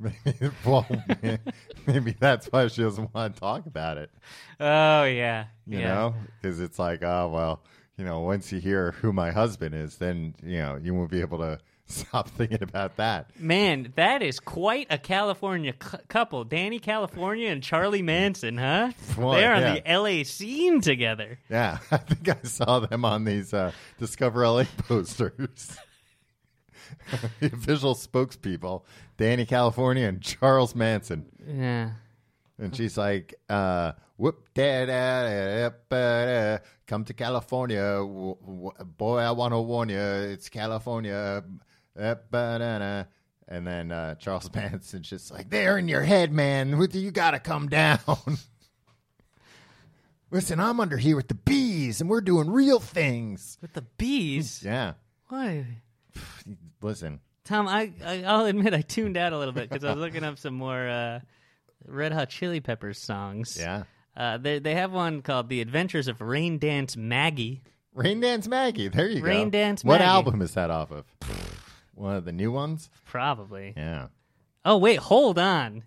Maybe, *laughs* well, *laughs* maybe that's why she doesn't want to talk about it. Oh yeah, You yeah. know, because it's like, oh well, you know, once you hear who my husband is, then you know you won't be able to *laughs* Stop thinking about that. Man, that is quite a California cou- couple. Danny California and Charlie Manson, huh? Boy, They're on yeah. the LA scene together. Yeah, *laughs* I think I saw them on these uh, Discover LA *laughs* posters. *laughs* the official spokespeople, Danny California and Charles Manson. Yeah. And she's like, uh, whoop, da, da, da, da, da, come to California. W- w- boy, I want to warn you, it's California. Uh, ba, da, da. And then uh, Charles *laughs* Manson's just like, they're in your head, man. What do- You got to come down. *laughs* Listen, I'm under here with the bees, and we're doing real things. With the bees. Yeah. Why? Listen. Tom, I, I, I'll admit I tuned out a little bit because I was looking up some more uh, Red Hot Chili Peppers songs. Yeah. Uh, they, they have one called The Adventures of Rain Dance Maggie. Rain Dance Maggie. There you go. Rain Dance What Maggie. album is that off of? One of the new ones? Probably. Yeah. Oh, wait, hold on.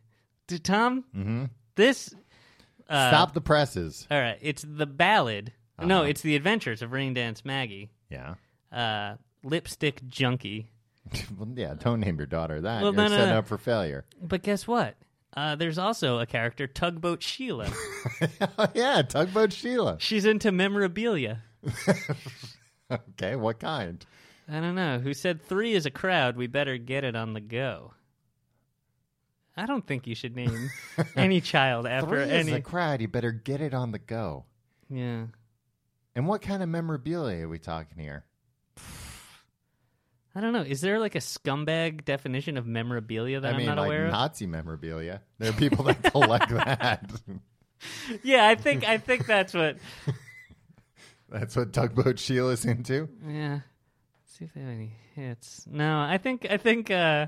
D- Tom, Mm-hmm. this. Uh, Stop the presses. All right, it's the ballad. No, Uh-huh. it's the adventures of Rain Dance Maggie, Yeah. uh, lipstick junkie. *laughs* well, yeah, don't name your daughter that. Well, You're no, no, setting no. up for failure. *laughs* But guess what? Uh, there's also a character, Tugboat *laughs* Sheila. oh, yeah, tugboat Sheila. *laughs* She's into memorabilia. Okay, what kind? I don't know. Who said three is a crowd? We better get it on the go. I don't think you should *laughs* name any child after Three is any. a crowd. You better get it on the go. Yeah. And what kind of memorabilia are we talking here? I don't know. Is there like a scumbag definition of memorabilia that I mean, am not like aware of? Nazi memorabilia. There are people that collect that. *laughs* Yeah, I think I think that's what. That's what tugboat Sheila's into. Yeah. see if they have any hits. No, I think I think uh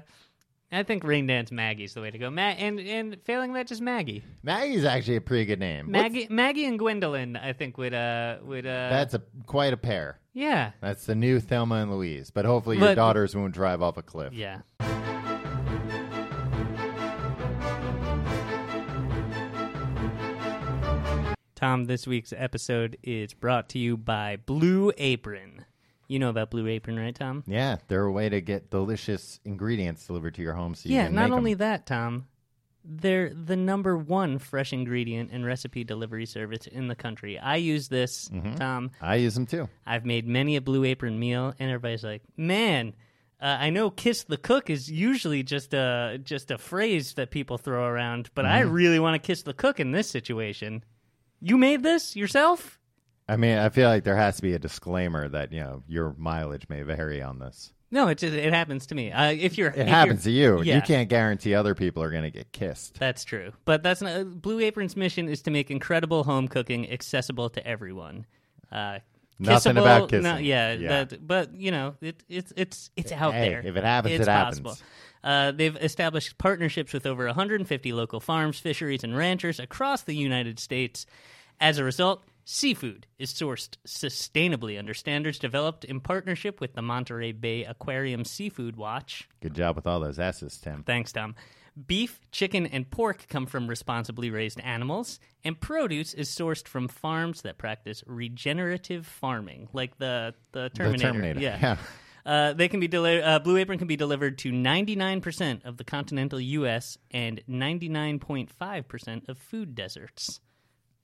I think Rain Dance Maggie's the way to go. Ma- and and failing that just Maggie. Maggie's actually a pretty good name. What's- Maggie Maggie and Gwendolyn I think would uh would uh That's a quite a pair. Yeah. That's the new Thelma and Louise. But hopefully your But- daughters won't drive off a cliff. Yeah. Tom, this week's episode is brought to you by Blue Apron. You know about Blue Apron, right, Tom? Yeah, they're a way to get delicious ingredients delivered to your home so you yeah, can not make 'em. only that, Tom, they're the number one fresh ingredient and recipe delivery service in the country. I use this, Mm-hmm. Tom. I use them too. I've made many a Blue Apron meal, and everybody's like, "Man, uh, I know kiss the cook is usually just a just a phrase that people throw around, but Mm-hmm. I really want to kiss the cook in this situation." You made this yourself? I mean, I feel like there has to be a disclaimer that you know your mileage may vary on this. No, it just, it happens to me. Uh, if you're, It happens to you. yeah. You can't guarantee other people are going to get kissed. That's true. But that's not Blue Apron's mission is to make incredible home cooking accessible to everyone. Uh, Nothing kissable- about kissing. no, yeah, Yeah. that- but you know, it, it's it's it's out Hey, there. if it happens, it's it happens. possible. Uh, they've established partnerships with over 150 local farms, fisheries, and ranchers across the United States. As a result, seafood is sourced sustainably under standards developed in partnership with the Monterey Bay Aquarium Seafood Watch. Good job with all those S's, Tim. Thanks, Tom. Beef, chicken, and pork come from responsibly raised animals, and produce is sourced from farms that practice regenerative farming, like the the Terminator. Terminator, Yeah. yeah. Uh, they can be deli- uh, Blue Apron can be delivered to 99% of the continental U.S. and 99.5% of food deserts. *laughs*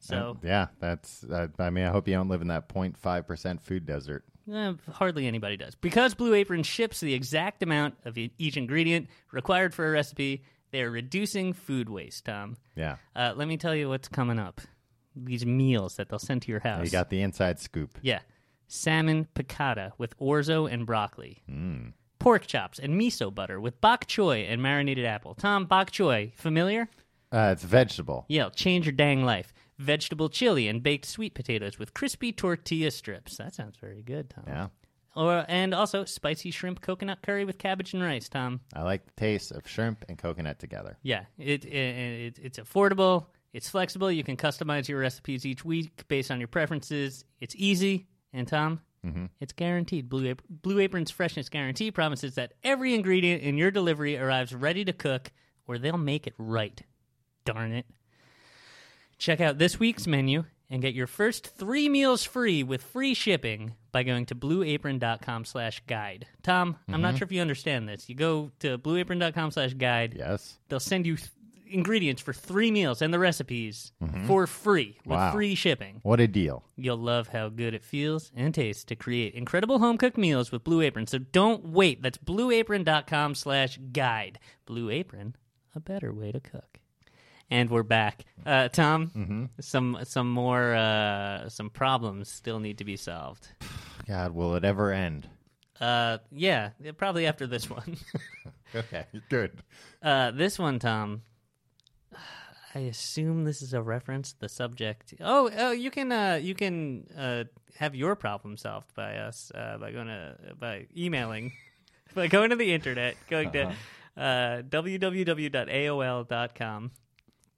So, *laughs* Yeah, that's. Uh, I mean, I hope you don't live in that 0.5 percent food desert. Eh, hardly anybody does. Because Blue Apron ships the exact amount of e- each ingredient required for a recipe, they're reducing food waste, Tom. Yeah, Uh, let me tell you what's coming up. These meals that they'll send to your house. you got the inside scoop. yeah. Salmon piccata with orzo and broccoli. Mm. Pork chops and miso butter with bok choy and marinated apple. Tom, bok choy, familiar? Uh, it's vegetable. Yeah, it'll change your dang life. Vegetable chili and baked sweet potatoes with crispy tortilla strips. That sounds very good, Tom. Yeah, Or and also spicy shrimp coconut curry with cabbage and rice, Tom. I like the taste of shrimp and coconut together. Yeah, it, it, it it's affordable. It's flexible. You can customize your recipes each week based on your preferences. It's easy. And Tom, it's guaranteed. Blue, Ap- Blue Apron's freshness guarantee promises that every ingredient in your delivery arrives ready to cook, or they'll make it right. Darn it! Check out this week's menu and get your first three meals free with free shipping by going to blueapron.com slash guide. Tom, I'm not sure if you understand this. You go to blueapron.com slash guide. Yes. They'll send you th- ingredients for three meals and the recipes for free with Wow. free shipping. What a deal. You'll love how good it feels and tastes to create incredible home cooked meals with Blue Apron. So don't wait. That's blueapron.com slash guide. Blue Apron, a better way to cook. And we're back. Uh, Tom, some some more uh, some problems still need to be solved. God, will it ever end? Uh, yeah, probably after this *laughs* one. Okay, good. Uh, this one, Tom. *sighs* I assume this is a reference. to The subject. Oh, oh, you can uh, you can uh, have your problem solved by us uh, by going to by emailing, *laughs* by going to the internet, going Uh-huh. to uh, www.aol.com.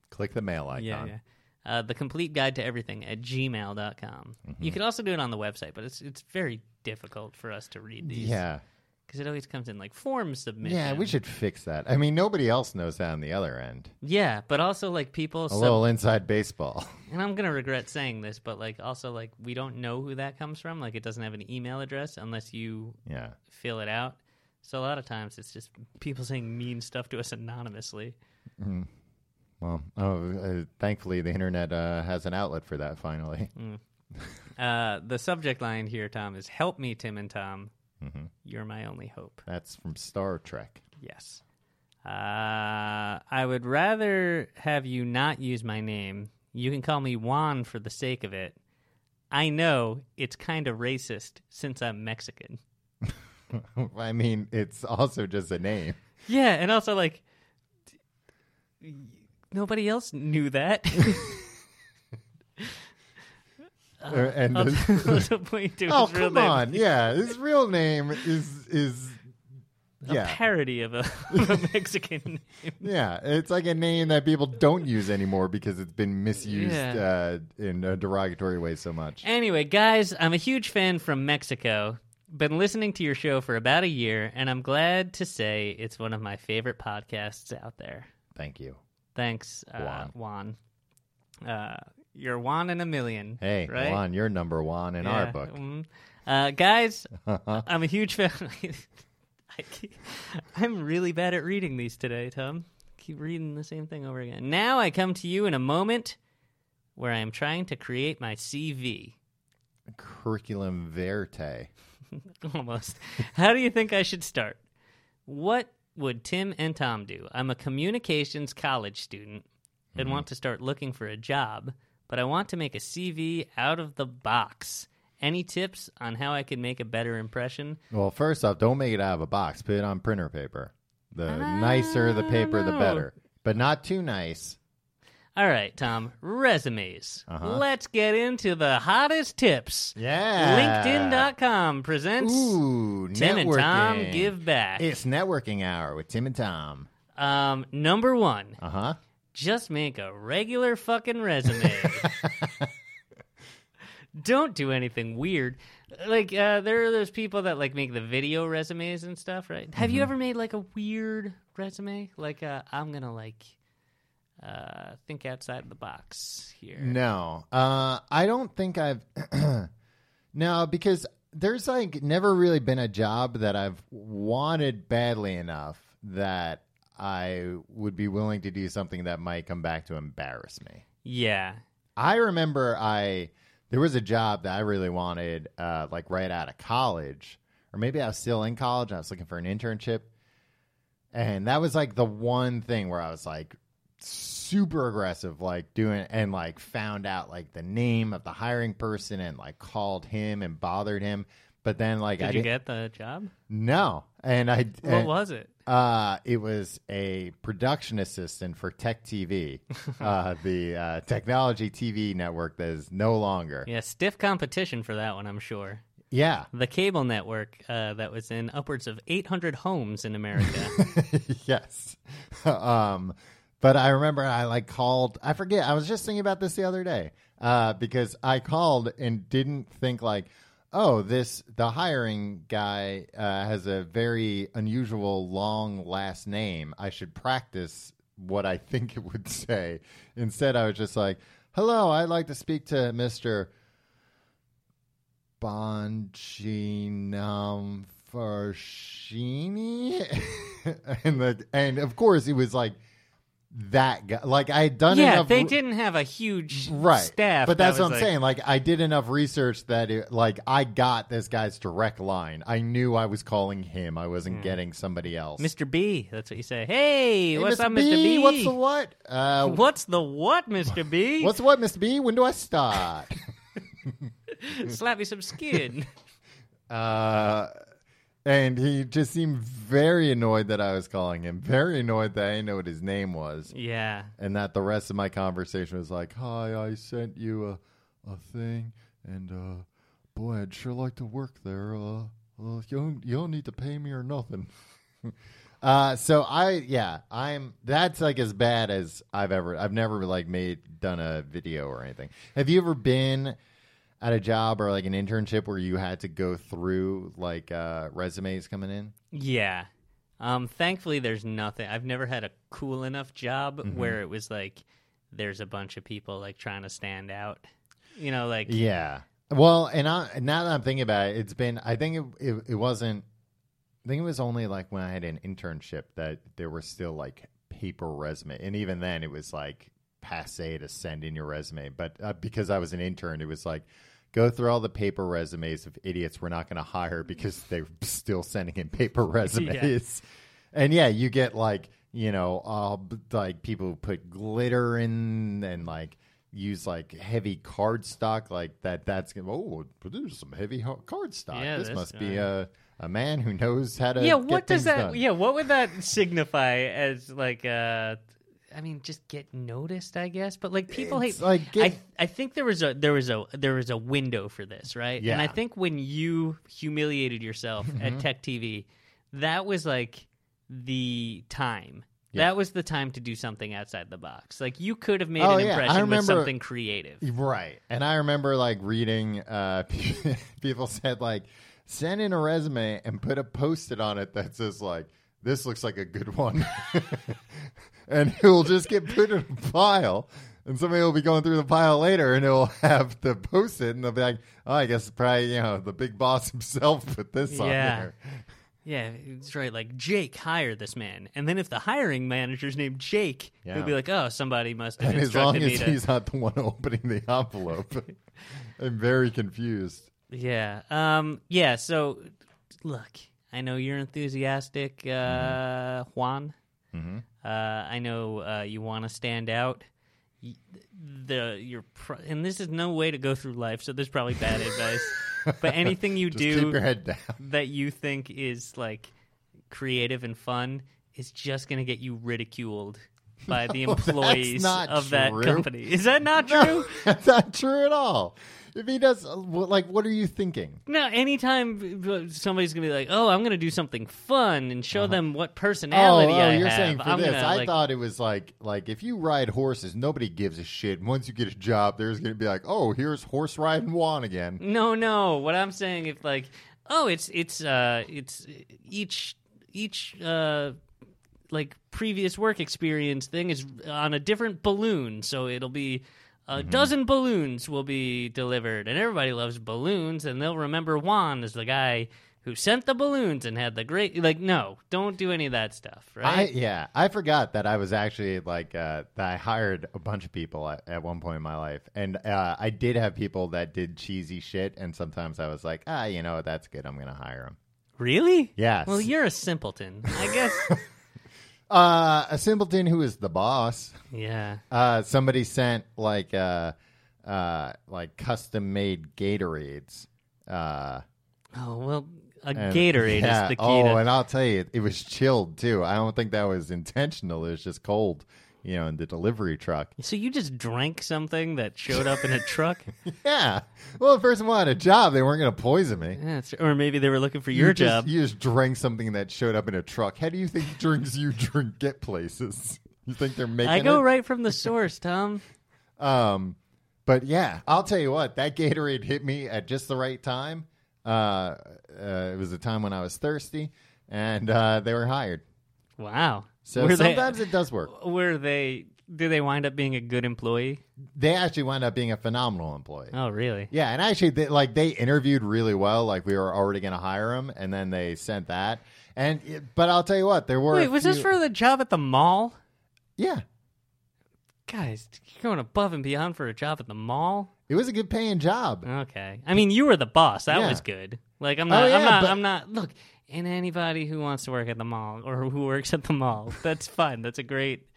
Click the mail icon. Yeah, yeah. Uh, the complete guide to everything at gmail.com. com. Mm-hmm. You could also do it on the website, but it's it's very difficult for us to read these. Yeah. because it always comes in like form submission. Yeah, we should fix that. I mean, nobody else knows that on the other end. Yeah, but also like people. A sub- little inside baseball. *laughs* and I'm gonna regret saying this, but like also like we don't know who that comes from. Like it doesn't have an email address unless you Yeah. fill it out. So a lot of times it's just people saying mean stuff to us anonymously. Well, oh, uh, thankfully the internet uh, has an outlet for that finally. Mm. Uh, the subject line here, Tom, is "Help me, Tim and Tom. You're my only hope." That's from Star Trek. *laughs* Yes. Uh, I would rather have you not use my name. You can call me Juan for the sake of it. I know it's kind of racist since I'm Mexican. I mean, it's also just a name. Yeah, and also like d- nobody else *laughs* knew that. *laughs* Uh, and I'll- *laughs* the- I'll also point to oh, his real come name. on. Yeah, his real name is is A yeah. *laughs* parody of a, *laughs* of a Mexican name. Yeah, it's like a name that people don't use anymore because it's been misused Yeah. uh, in a derogatory way so much. Anyway, guys, I'm a huge fan from Mexico. Been listening to your show for about a year, and I'm glad to say it's one of my favorite podcasts out there. Thank you. Thanks, uh, Juan. Uh, you're Juan in a million. Hey, right? Juan, you're number one in our Yeah, book. mhm. *laughs* Uh, guys, I'm a huge fan. *laughs* I keep- I'm really bad at reading these today, Tom. Keep reading the same thing over again. Now I come to you in a moment where I am trying to create my CV. Curriculum vitae. *laughs* Almost. How do you think I should start? What would Tim and Tom do? I'm a communications college student and Mm-hmm. want to start looking for a job, but I want to make a CV out of the box. Any tips on how I can make a better impression? Well, first off, don't make it out of a box. Put it on printer paper. The nicer the paper, the Ah, no. better. But not too nice. All right, Tom, resumes. Uh-huh. Let's get into the hottest tips. Yeah. LinkedIn.com presents Ooh, Tim networking. and Tom Give Back. It's networking hour with Tim and Tom. Um, number one, Uh huh. just make a regular *laughs* fucking resume. Don't do anything weird. Like uh, there are those people that like make the video resumes and stuff, right? Have Mm-hmm. you ever made like a weird resume? Like uh, I'm gonna like uh, think outside the box here. Mm. No, uh, I don't think I've. *clears throat* no, because there's like never really been a job that I've wanted badly enough that I would be willing to do something that might come back to embarrass me. Yeah, I remember I there was a job that I really wanted, uh, like right out of college, or maybe I was still in college. And I was looking for an internship, and that was like the one thing where I was like super aggressive, like doing and like found out like the name of the hiring person and like called him and bothered him. But then like Did I you didn't get the job? no, and I What and- was it? uh, it was a production assistant for Tech TV, uh, the uh, technology TV network that is no longer. Yeah, Yeah, stiff competition for that one, I'm sure. yeah, The cable network uh, that was in upwards of 800 homes in America. *laughs* yes. um, but I remember I like called. I forget. I was just thinking about this the other day uh, because I called and didn't think like, oh, this the hiring guy uh, has a very unusual long last *laughs* name. I should practice what I think it would say. Instead, I was just like. Hello, I'd like to speak to Mr. Bonginum *laughs* and the, and of course it was like that guy. Like I had done *laughs* yeah, enough they re- didn't have a huge right staff. but that that's what I'm was like- saying. Like I did enough research that it, like I got this guy's direct line. I knew I was calling him. I wasn't getting somebody else. Mr. B, that's what you say. Hey, Hey, what's Mr. up, Mr. Hmm. B? What's the what? Uh, *laughs* What's the what, Mr. B? What's what, Mr. B? When do I start? *laughs* Slap me some skin. *laughs* uh, and he just seemed very annoyed that I was calling him, very annoyed that I didn't know what his name was, yeah. and that the rest of my conversation was like, "Hi, I sent you a a thing, and uh, boy, I'd sure like to work there. Uh, uh you don't, you don't need to pay me or nothing." *laughs* Uh, so I yeah I'm that's like as bad as I've ever I've never like made done a video or anything. Have you ever been at a job or like an internship where you had to go through like uh, resumes coming in? Yeah. Um, thankfully, there's nothing. I've never had a cool enough job Mm-hmm. where it was like there's a bunch of people like trying to stand out. You know, like Yeah. Well, and I now that I'm thinking about it, it's been I think it it, it wasn't I think it was only like when I had an internship that there were still like paper resume, and even then it was like passe to send in your resume. But uh, because I was an intern, it was like go through all the paper resumes of idiots we're not going to hire because they're *laughs* still sending in paper resumes. And yeah, you get like you know all b- like people who put glitter in and like use like heavy card stock like that. That's gonna oh, there's some heavy ho- card stock. Yeah, this, this must guy. be a a a man who knows how to yeah get what does things that done. yeah what would that *laughs* signify as like uh i mean just get noticed i guess but like people It's hate like I, get- I think there was a there was a there was a window for this right and i Yeah. Mm-hmm. think when you humiliated yourself at tech tv that was like the time Yeah. that was the time to do something outside the box like you could have made Oh, an yeah, I impression with remember- something creative right and i remember like reading uh *laughs* people said like send in a resume and put a post-it on it that says like this looks like a good one *laughs* and it will just get put in a pile and somebody will be going through the pile later and it'll have the post-it and they'll be like oh i guess probably you know the big boss himself put this on Yeah. there Yeah, it's right. Like Jake, hire this man, and then if the hiring manager's named Jake, Yeah. he'll be like, "Oh, somebody must have and as long instructed me as to." he's not the one *laughs* opening the envelope *laughs* i'm very confused Yeah, um, yeah. So, look, I know you're enthusiastic, Mm-hmm. uh, Juan. Uh, I know uh, you want to stand out. Y- The you're pro- and this is no way to go through life, so this is probably *laughs* bad advice. But anything you just do, keep your head down that you think is like creative and fun is just going to get you ridiculed *laughs* by the employees not of that true. company. Is that not true? *laughs* That's not true at all. If he does, uh, wh- like, what are you thinking? No, anytime uh, somebody's going to be like, "Oh, I'm going to do something fun and show them what personality Uh-huh. oh, I you're have." saying for I'm this. gonna, I like, thought it was like, like if you ride horses, nobody gives a shit. And once you get a job, there's going to be like, oh, here's horse riding Juan again. No, no. What I'm saying is like, oh, it's it's uh it's each each uh like previous work experience thing is on a different balloon, so it'll be a Mm-hmm. dozen balloons will be delivered, and everybody loves balloons, and they'll remember Juan as the guy who sent the balloons and had the great like. No, don't do any of that stuff, I right? yeah, I forgot that I was actually like uh, that I hired a bunch of people at, at one point in my life, and uh, I did have people that did cheesy shit, and sometimes I was like, ah, you know, what, that's good. I'm going to hire them. really? Yes. Well, you're a simpleton, *laughs* I guess. Uh, a simpleton who is the boss. yeah. Uh, somebody sent like uh, uh, like custom made Gatorades. Uh, Oh well, a and- Gatorade yeah. is the key Oh, to and I'll tell you, it was chilled too. I don't think that was intentional. It was just cold, you know, in the delivery truck. So you just drank something that showed *laughs* up in a truck, Yeah. Well, first of all, I had a job. They weren't going to poison me. That's- or maybe they were looking for your you just, job. You just drank something that showed up in a truck. How do you think drinks you drink get places? You think they're making I go it? right from the source, Tom. Um, but yeah, I'll tell you what, that Gatorade hit me at just the right time. Uh, uh, it was a time when I was thirsty, and uh, they were hired. Wow. So were sometimes it does work. they were they do they wind up being a good employee? They actually wound up being a phenomenal employee. Oh, really? Yeah, and actually, they, like they interviewed really well. Like we were already going to hire him, and then they sent that. And but I'll tell you what, there were. a Wait, was this few- for the job at the mall? Yeah, Guys, you're going above and beyond for a job at the mall. it was a good paying job. Okay, I mean, you were the boss. That Yeah. was good. Like, I'm not. Oh, I'm yeah, not. but- I'm not. Look, and anybody who wants to work at the mall or who works at the *laughs* mall, that's fine. That's a great.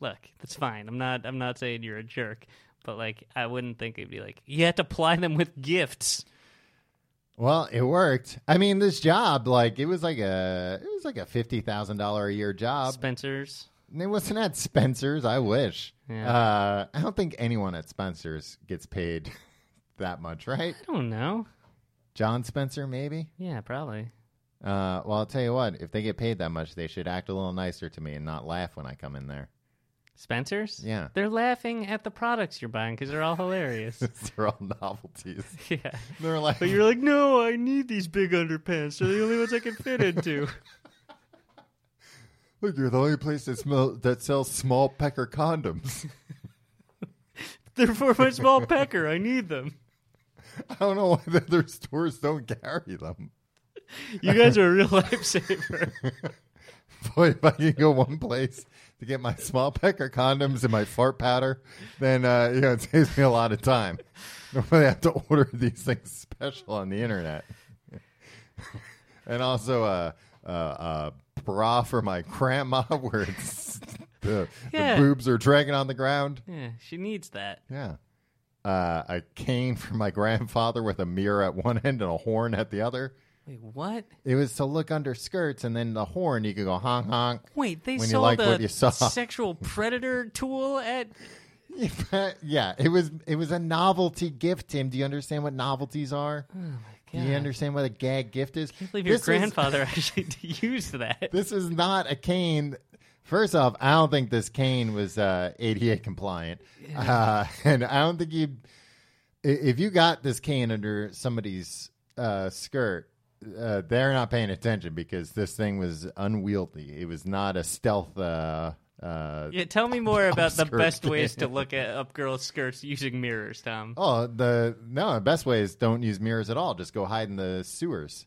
Look, that's fine. I'm not. I'm not saying you're a jerk, but like, I wouldn't think it'd be like you had to ply them with gifts. Well, it worked. I mean, this job, like it was like a it was like a fifty thousand dollar a year Uh, job. Spencer's. And It wasn't at Spencer's. I wish. Yeah. Uh, I don't think anyone at Spencer's gets paid *laughs* that much, right? I don't know. John Spencer, maybe. Yeah, probably. Uh, well, I'll tell you what. If they get paid that much, they should act a little nicer to me and not laugh when I come in there. Spencer's? Yeah. They're laughing at the products you're buying because they're all *laughs* hilarious. *laughs* They're all novelties. yeah. They're like, But you're like, no, I need these big underpants. They're the only ones I can fit *laughs* into. look, you're the only place that smell that sells small pecker condoms. *laughs* They're for my small pecker. I need them. I don't know why the other stores don't carry them. *laughs* You guys are a real *laughs* lifesaver. Boy, if I can go one place to get my small pecker condoms and my fart powder, then uh, you know it saves me a lot of time. *laughs* Normally, I have to order these things special on the internet, *laughs* and also a uh, uh, uh, bra for my grandma, *laughs* where it's the, Yeah. the boobs are dragging on the ground. yeah, she needs that. Yeah. Uh, a cane for my grandfather with a mirror at one end and a horn at the other. Wait, what? It was to look under skirts, and then the horn, you could go honk *laughs* honk. Wait, they When you sold like a what you saw. sexual predator tool at. yeah, it was it was a novelty gift, Tim. Do you understand what novelties are? Do you Oh, God. understand what a gag gift is? I believe your This is- grandfather *laughs* actually used that. this is not a cane. First off, I don't think this cane was uh, ADA compliant, uh, *laughs* and I don't think you. i- If you got this cane under somebody's uh, skirt, uh, they're not paying attention because this thing was unwieldy. It was not a stealth. Uh, uh, Yeah, tell me more about the skirt best *laughs* ways to look at up girls' skirts using mirrors, Tom. Oh, the no. The best way is don't use mirrors at all. Just go hide in the sewers.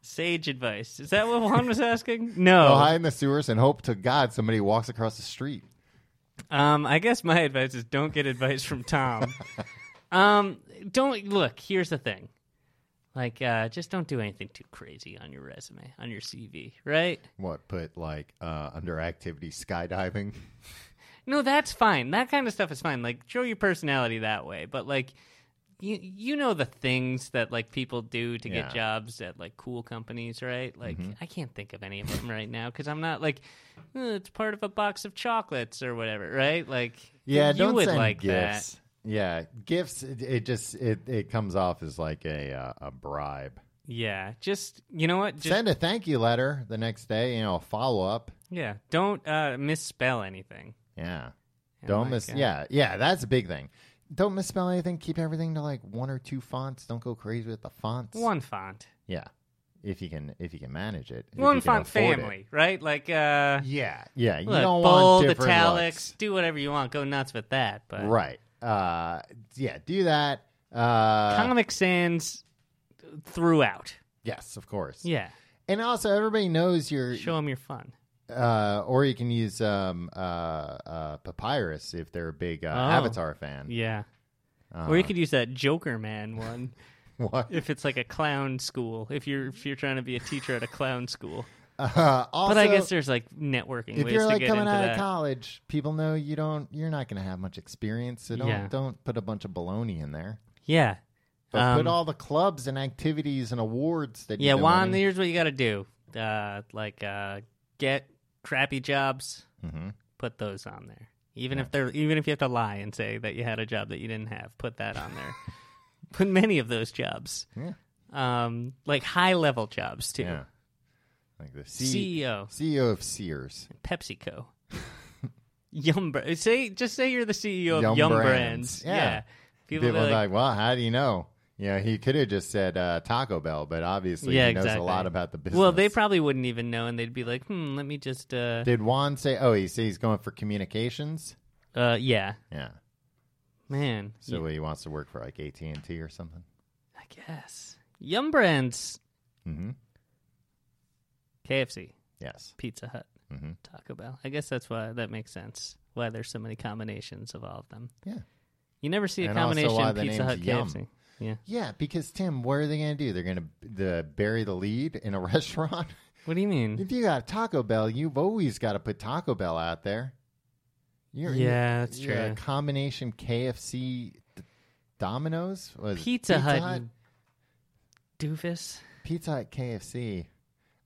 Sage advice. Is that what Juan *laughs* was asking? No. Go hide in the sewers and hope to God somebody walks across the street. Um, I guess my advice is don't get advice *laughs* from Tom. um, don't look. Here's the thing. Like, uh, just don't do anything too crazy on your resume, on your CV, right? What put like uh, under activity skydiving? No, that's fine. That kind of stuff is fine. Like, show your personality that way. But like, you you know the things that like people do to Yeah. Mm-hmm. get jobs at like cool companies, right? Like, I can't think of any of them right now because I'm not like "Uh, it's part of a box of chocolates or whatever, right? Like, Yeah, you don't would send like gifts. Yeah, gifts. It, it just it, it comes off as like a uh, a bribe. that. Yeah, just you know what? Just, Send a thank you letter the next day. You know, follow up. yeah, don't uh, misspell anything. Yeah, And, don't like, miss. uh, Yeah, yeah, that's a big thing. Don't misspell anything. Keep everything to like one or two fonts. Don't go crazy with the fonts. one font, Yeah, if you can, if you can manage it. If one you can font afford it. family, right? Like, uh, Yeah, yeah. You look, don't bold, want different italics, do whatever you want, go nuts with that. But looks. right? Uh, yeah, do that. Uh, Comic Sans throughout. yes, of course. Yeah, And also, everybody knows your. show them your fun. Uh, or you can use um, uh, uh, papyrus if they're a big uh, Oh. Avatar fan. Yeah, or Uh. you could use that Joker Man one *laughs* *laughs* What? if it's like a clown school. If you're if you're trying to be a teacher at a clown school, Uh, also, but I guess there's like networking if ways you're to like get coming into out that. of college, people know you don't. You're not going to have much experience, so don't Yeah. don't put a bunch of baloney in there. yeah, But Um, put all the clubs and activities and awards that. Yeah, you've been Juan, winning. here's what you got to do. Uh, like, uh, get crappy jobs, Mhm. put those on there. Even if they're, even if you have to lie and say that you had a job that you didn't have, put that *laughs* on there. put many of those jobs, Yeah. um, like high level jobs too. Yeah. Like the C- CEO, CEO of Sears. PepsiCo, *laughs* Yum. Bra- Say, just say you're the CEO of Yum Yum, Brands. Brands. Yeah. People, People, are are like, like, well, how do you know? Yeah, he could have just said uh, Taco Bell, but obviously Yeah, he knows exactly. a lot about the business. Well, they probably wouldn't even know, and they'd be like, "Hmm, let me just." Uh, did Juan say? Oh, he said he's going for communications. uh yeah, Yeah, man. so he wants to work for like AT and T or something. I guess Yum Brands, Mm-hmm. KFC, Yes. Pizza Hut, Mhm. Taco Bell. I guess that's why that makes sense. Why there's so many combinations of all of them. Yeah. You never see a And also combination why the Pizza Hut name's Yum. KFC. Yeah. Yeah, because Tim, what are they going to do? They're going to the bury the lead in a *laughs* restaurant. What do you mean? if you got Taco Bell, you've always got to put Taco Bell out there. You're, Yeah, that's you're a true. combination KFC, D- Domino's, was it Pizza, Hut, you doofus. Pizza Hut, KFC.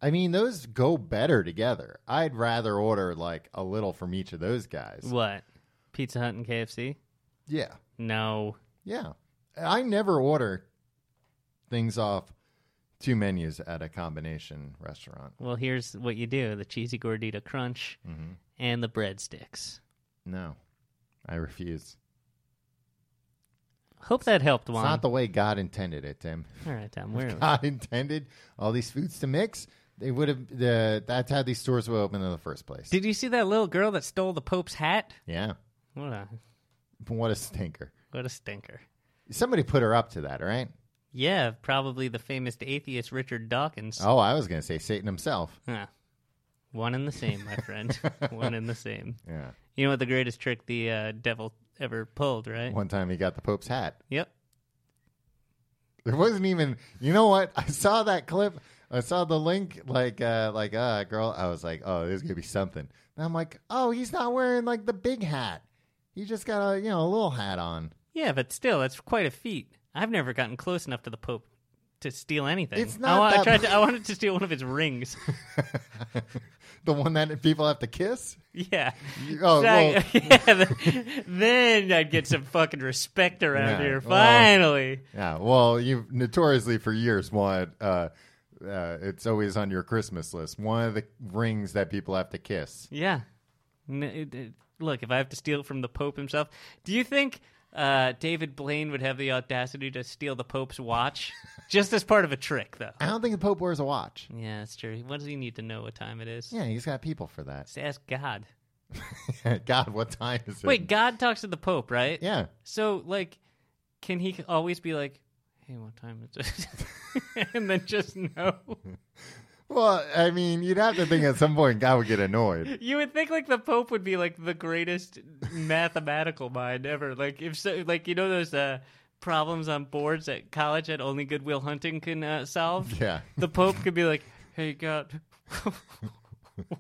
I mean, those go better together. I'd rather order like a little from each of those guys. What? Pizza Hut and KFC? yeah, No. yeah. I never order things off two menus at a combination restaurant. Well, here's what you do: the cheesy gordita crunch Mm-hmm. and the breadsticks. No, I refuse. Hope that helped, Juan. It's not the way God intended it, Tim. All right, Tom. Where? God *laughs* intended all these foods to mix. They would have. The, that's how these stores were opened in the first place. Did you see that little girl that stole the Pope's hat? yeah, What a what a stinker! what a stinker! Somebody put her up to that, right? Yeah, probably the famous atheist Richard Dawkins. Oh, I was going to say Satan himself. Huh. One and the same, my *laughs* friend. One and the same. Yeah. You know what the greatest trick the uh, devil ever pulled, right? One time he got the Pope's hat. Yep. There wasn't even. You know what? I saw that clip. I saw the link. Like, uh, like, uh, girl. I was like, oh, there's gonna be something. And I'm like, oh, he's not wearing like the big hat. He just got a you know a little hat on. Yeah, but still, that's quite a feat. I've never gotten close enough to the Pope to steal anything. It's I not wa- I, that tried bad. to, I wanted to steal one of his *laughs* rings. the one that people have to kiss. yeah. You- Oh, well, Exact- *laughs* yeah, th- then I'd get some fucking respect around Yeah, here. well- Finally, yeah. Well, you've notoriously for years wanted. Uh, uh, it's always on your Christmas list. One of the rings that people have to kiss. yeah. N- it- it- look, if I have to steal it from the Pope himself, do you think uh, David Blaine would have the audacity to steal the *laughs* Pope's watch? Just as part of a trick, though. I don't think the Pope wears a watch. Yeah, that's true. What does he need to know what time it is? Yeah, he's got people for that. *laughs* Just ask God. God, what time is it? Wait, God talks to the Pope, right? Yeah. So, like, can he always be like, "Hey, what time is it?" *laughs* and then just know. Well, I mean, you'd have to think at some point God would get annoyed. You would think like the Pope would be like the greatest mathematical mind ever. Like if so, like you know those uh, problems on boards at college that only Goodwill Hunting can uh, solve. Yeah. The Pope could be like, "Hey God, *laughs*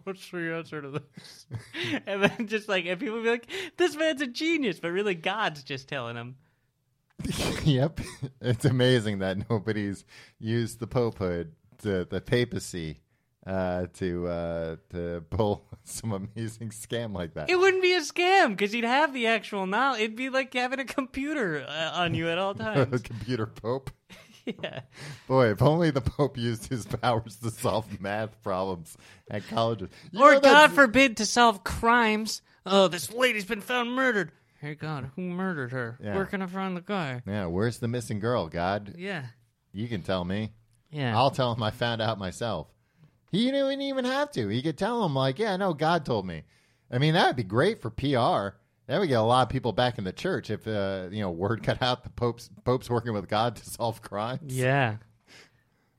what's the answer to this?" And then just like and people would be like, "This man's a genius," but really God's just telling him. *laughs* yep. It's amazing that nobody's used the popehood, the, the papacy, uh, to uh, to pull *laughs* some amazing scam like that. *laughs* It wouldn't be a scam because you'd have the actual knowledge. It'd be like having a computer uh, on you at all A times. *laughs* computer pope. yeah. Boy, if only the pope used his powers to solve math problems at colleges. You Or know God that's- forbid to solve crimes. Oh, this lady's been found murdered. Hey God, who murdered her? Yeah. Where can I find the guy? Yeah, where's the missing girl, God? Yeah. You can tell me. Yeah. I'll tell him I found out myself. He didn't even have to. He could tell him, like, yeah, no, God told me. I mean, that would be great for PR. That would get a lot of people back in the church if, uh, you know, word got out the Pope's Pope's working with God to solve crimes. yeah.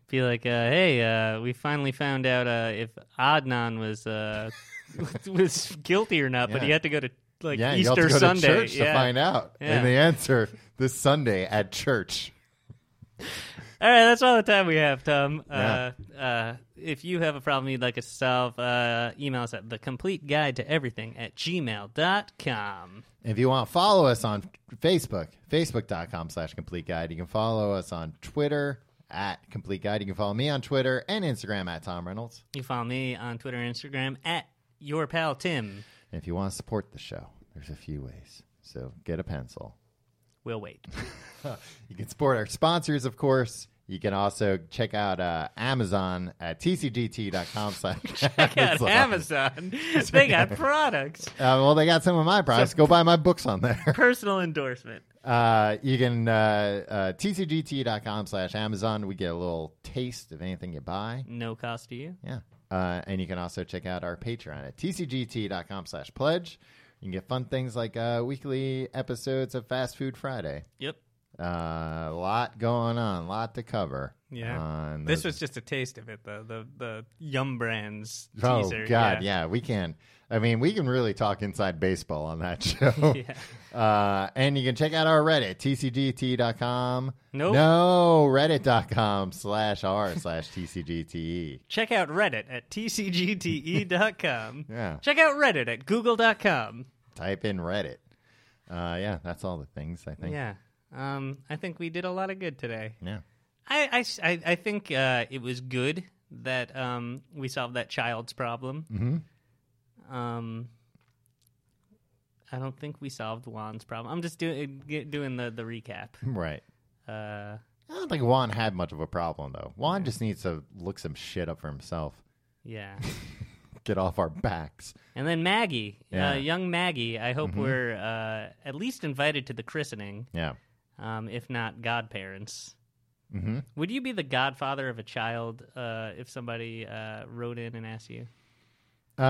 Be like, uh, hey, uh, we finally found out uh, if Adnan was uh, *laughs* was guilty or not, but Yeah. he had to go to like Yeah, you have to Easter go Sunday. to church yeah. to find out. Yeah. And the answer this Sunday at church. All right, that's all the time we have, Tom. Yeah. Uh, uh, if you have a problem you'd like us to solve, uh, email us at the complete guide to everything at gmail.com. If you want, follow us on Facebook, facebook.com slash complete guide. You can follow us on Twitter at complete guide. You can follow me on Twitter and Instagram at Tom Reynolds. You follow me on Twitter and Instagram at your pal Tim. And if you want to support the show, there's a few ways. So get a pencil. We'll *laughs* wait. You can support our sponsors, of course. You can also check out uh, Amazon at tcgt.com slash *laughs* Check out Amazon. *laughs* they got products. Uh, well, they got some of my products. Go buy my books on there. *laughs* Personal endorsement. Uh, you can uh, uh, tcgt.com slash Amazon. We get a little taste of anything you buy. No cost to you. Yeah. Uh, and you can also check out our Patreon at tcgt.com slash pledge. You can get fun things like uh, weekly episodes of Fast Food Friday. Yep. Uh, a lot going on, a lot to cover. Uh, Yeah. on This those- was just a taste of it, though. The the Yum Brands oh teaser. God, yeah. yeah. we can. I mean, we can really talk inside baseball on that *laughs* *laughs* show. uh, and you can check out our Reddit, tcgt.com. Nope. No, reddit.com slash r slash tcgte. Check out Reddit at tcgte.com. *laughs* Yeah. E Check out Reddit at google.com. Type in Reddit. Uh, yeah, that's all the things I think. Yeah. Um, I think we did a lot of good today. Yeah. *laughs* I, I s- I- I think uh, it was good that um, we solved that child's problem. Mm-hmm. Um, I don't think we solved Juan's problem. I'm just doing get- doing the, the recap. Right. Uh, I don't think Juan had much of a problem though. Juan just needs to look some shit up for himself. *laughs* yeah. Get off our backs. And then Maggie, Yeah. Mm-hmm. uh, young Maggie. I hope we're uh, at least invited to the christening, Yeah. um, if not godparents. Mm-hmm. Would you be the godfather of a child uh, if somebody uh, wrote in and asked you?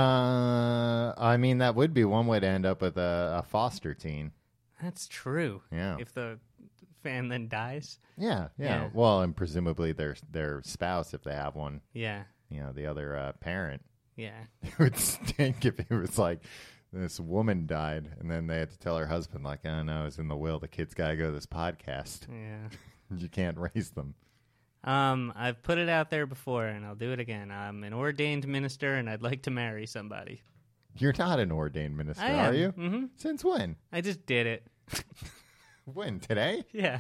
Uh, I mean, that would be one way to end up with a, a foster teen. That's true. Yeah. If the fan then dies. yeah, yeah, Yeah. Well, and presumably their their spouse, if they have one, Yeah. you know, the other uh, parent. *laughs* Yeah. It would stink if it was like this woman died, and then they had to tell her husband, like, "Oh no, it's in the will. The kids gotta go to this podcast. *laughs* Yeah. You can't raise them." Um, I've put it out there before and I'll do it again. I'm an ordained minister and I'd like to marry somebody. You're not an ordained minister, I am. are you? hmm Since when? I just did it. *laughs* When today? Yeah.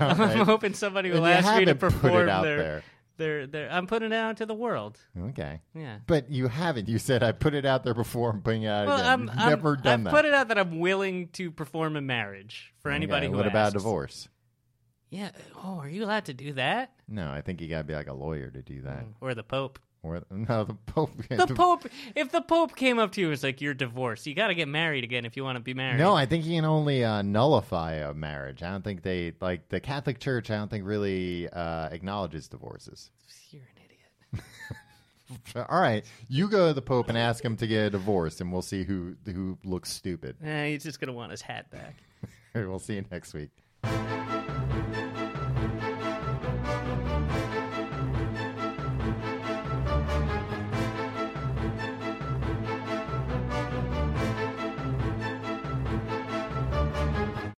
All right. I'm hoping somebody And will you ask me to haven't put it perform out their, there. their their I'm putting it out to the world. Okay. Yeah. But you haven't. You said I put it out there before. I'm putting it out Well, again. I'm, You've I'm, never done I've that. put it out that I'm willing to perform a marriage for anybody Okay, who What about asks. divorce? Yeah. Oh, are you allowed to do that? No, I think you got to be like a lawyer to do that. Or the Pope? Or no, the Pope. Hmm. the *laughs* Pope. If the Pope came up to you and was like, "You're divorced. You got to get married again if you want to be married." No, I think you can only uh, nullify a marriage. I don't think they like the Catholic Church. I don't think really uh, acknowledges divorces. you're an idiot. All right, you go to the Pope and ask him to get a divorce, and we'll see who who looks stupid. *laughs* Eh, he's just gonna want his hat back. we'll see you next week.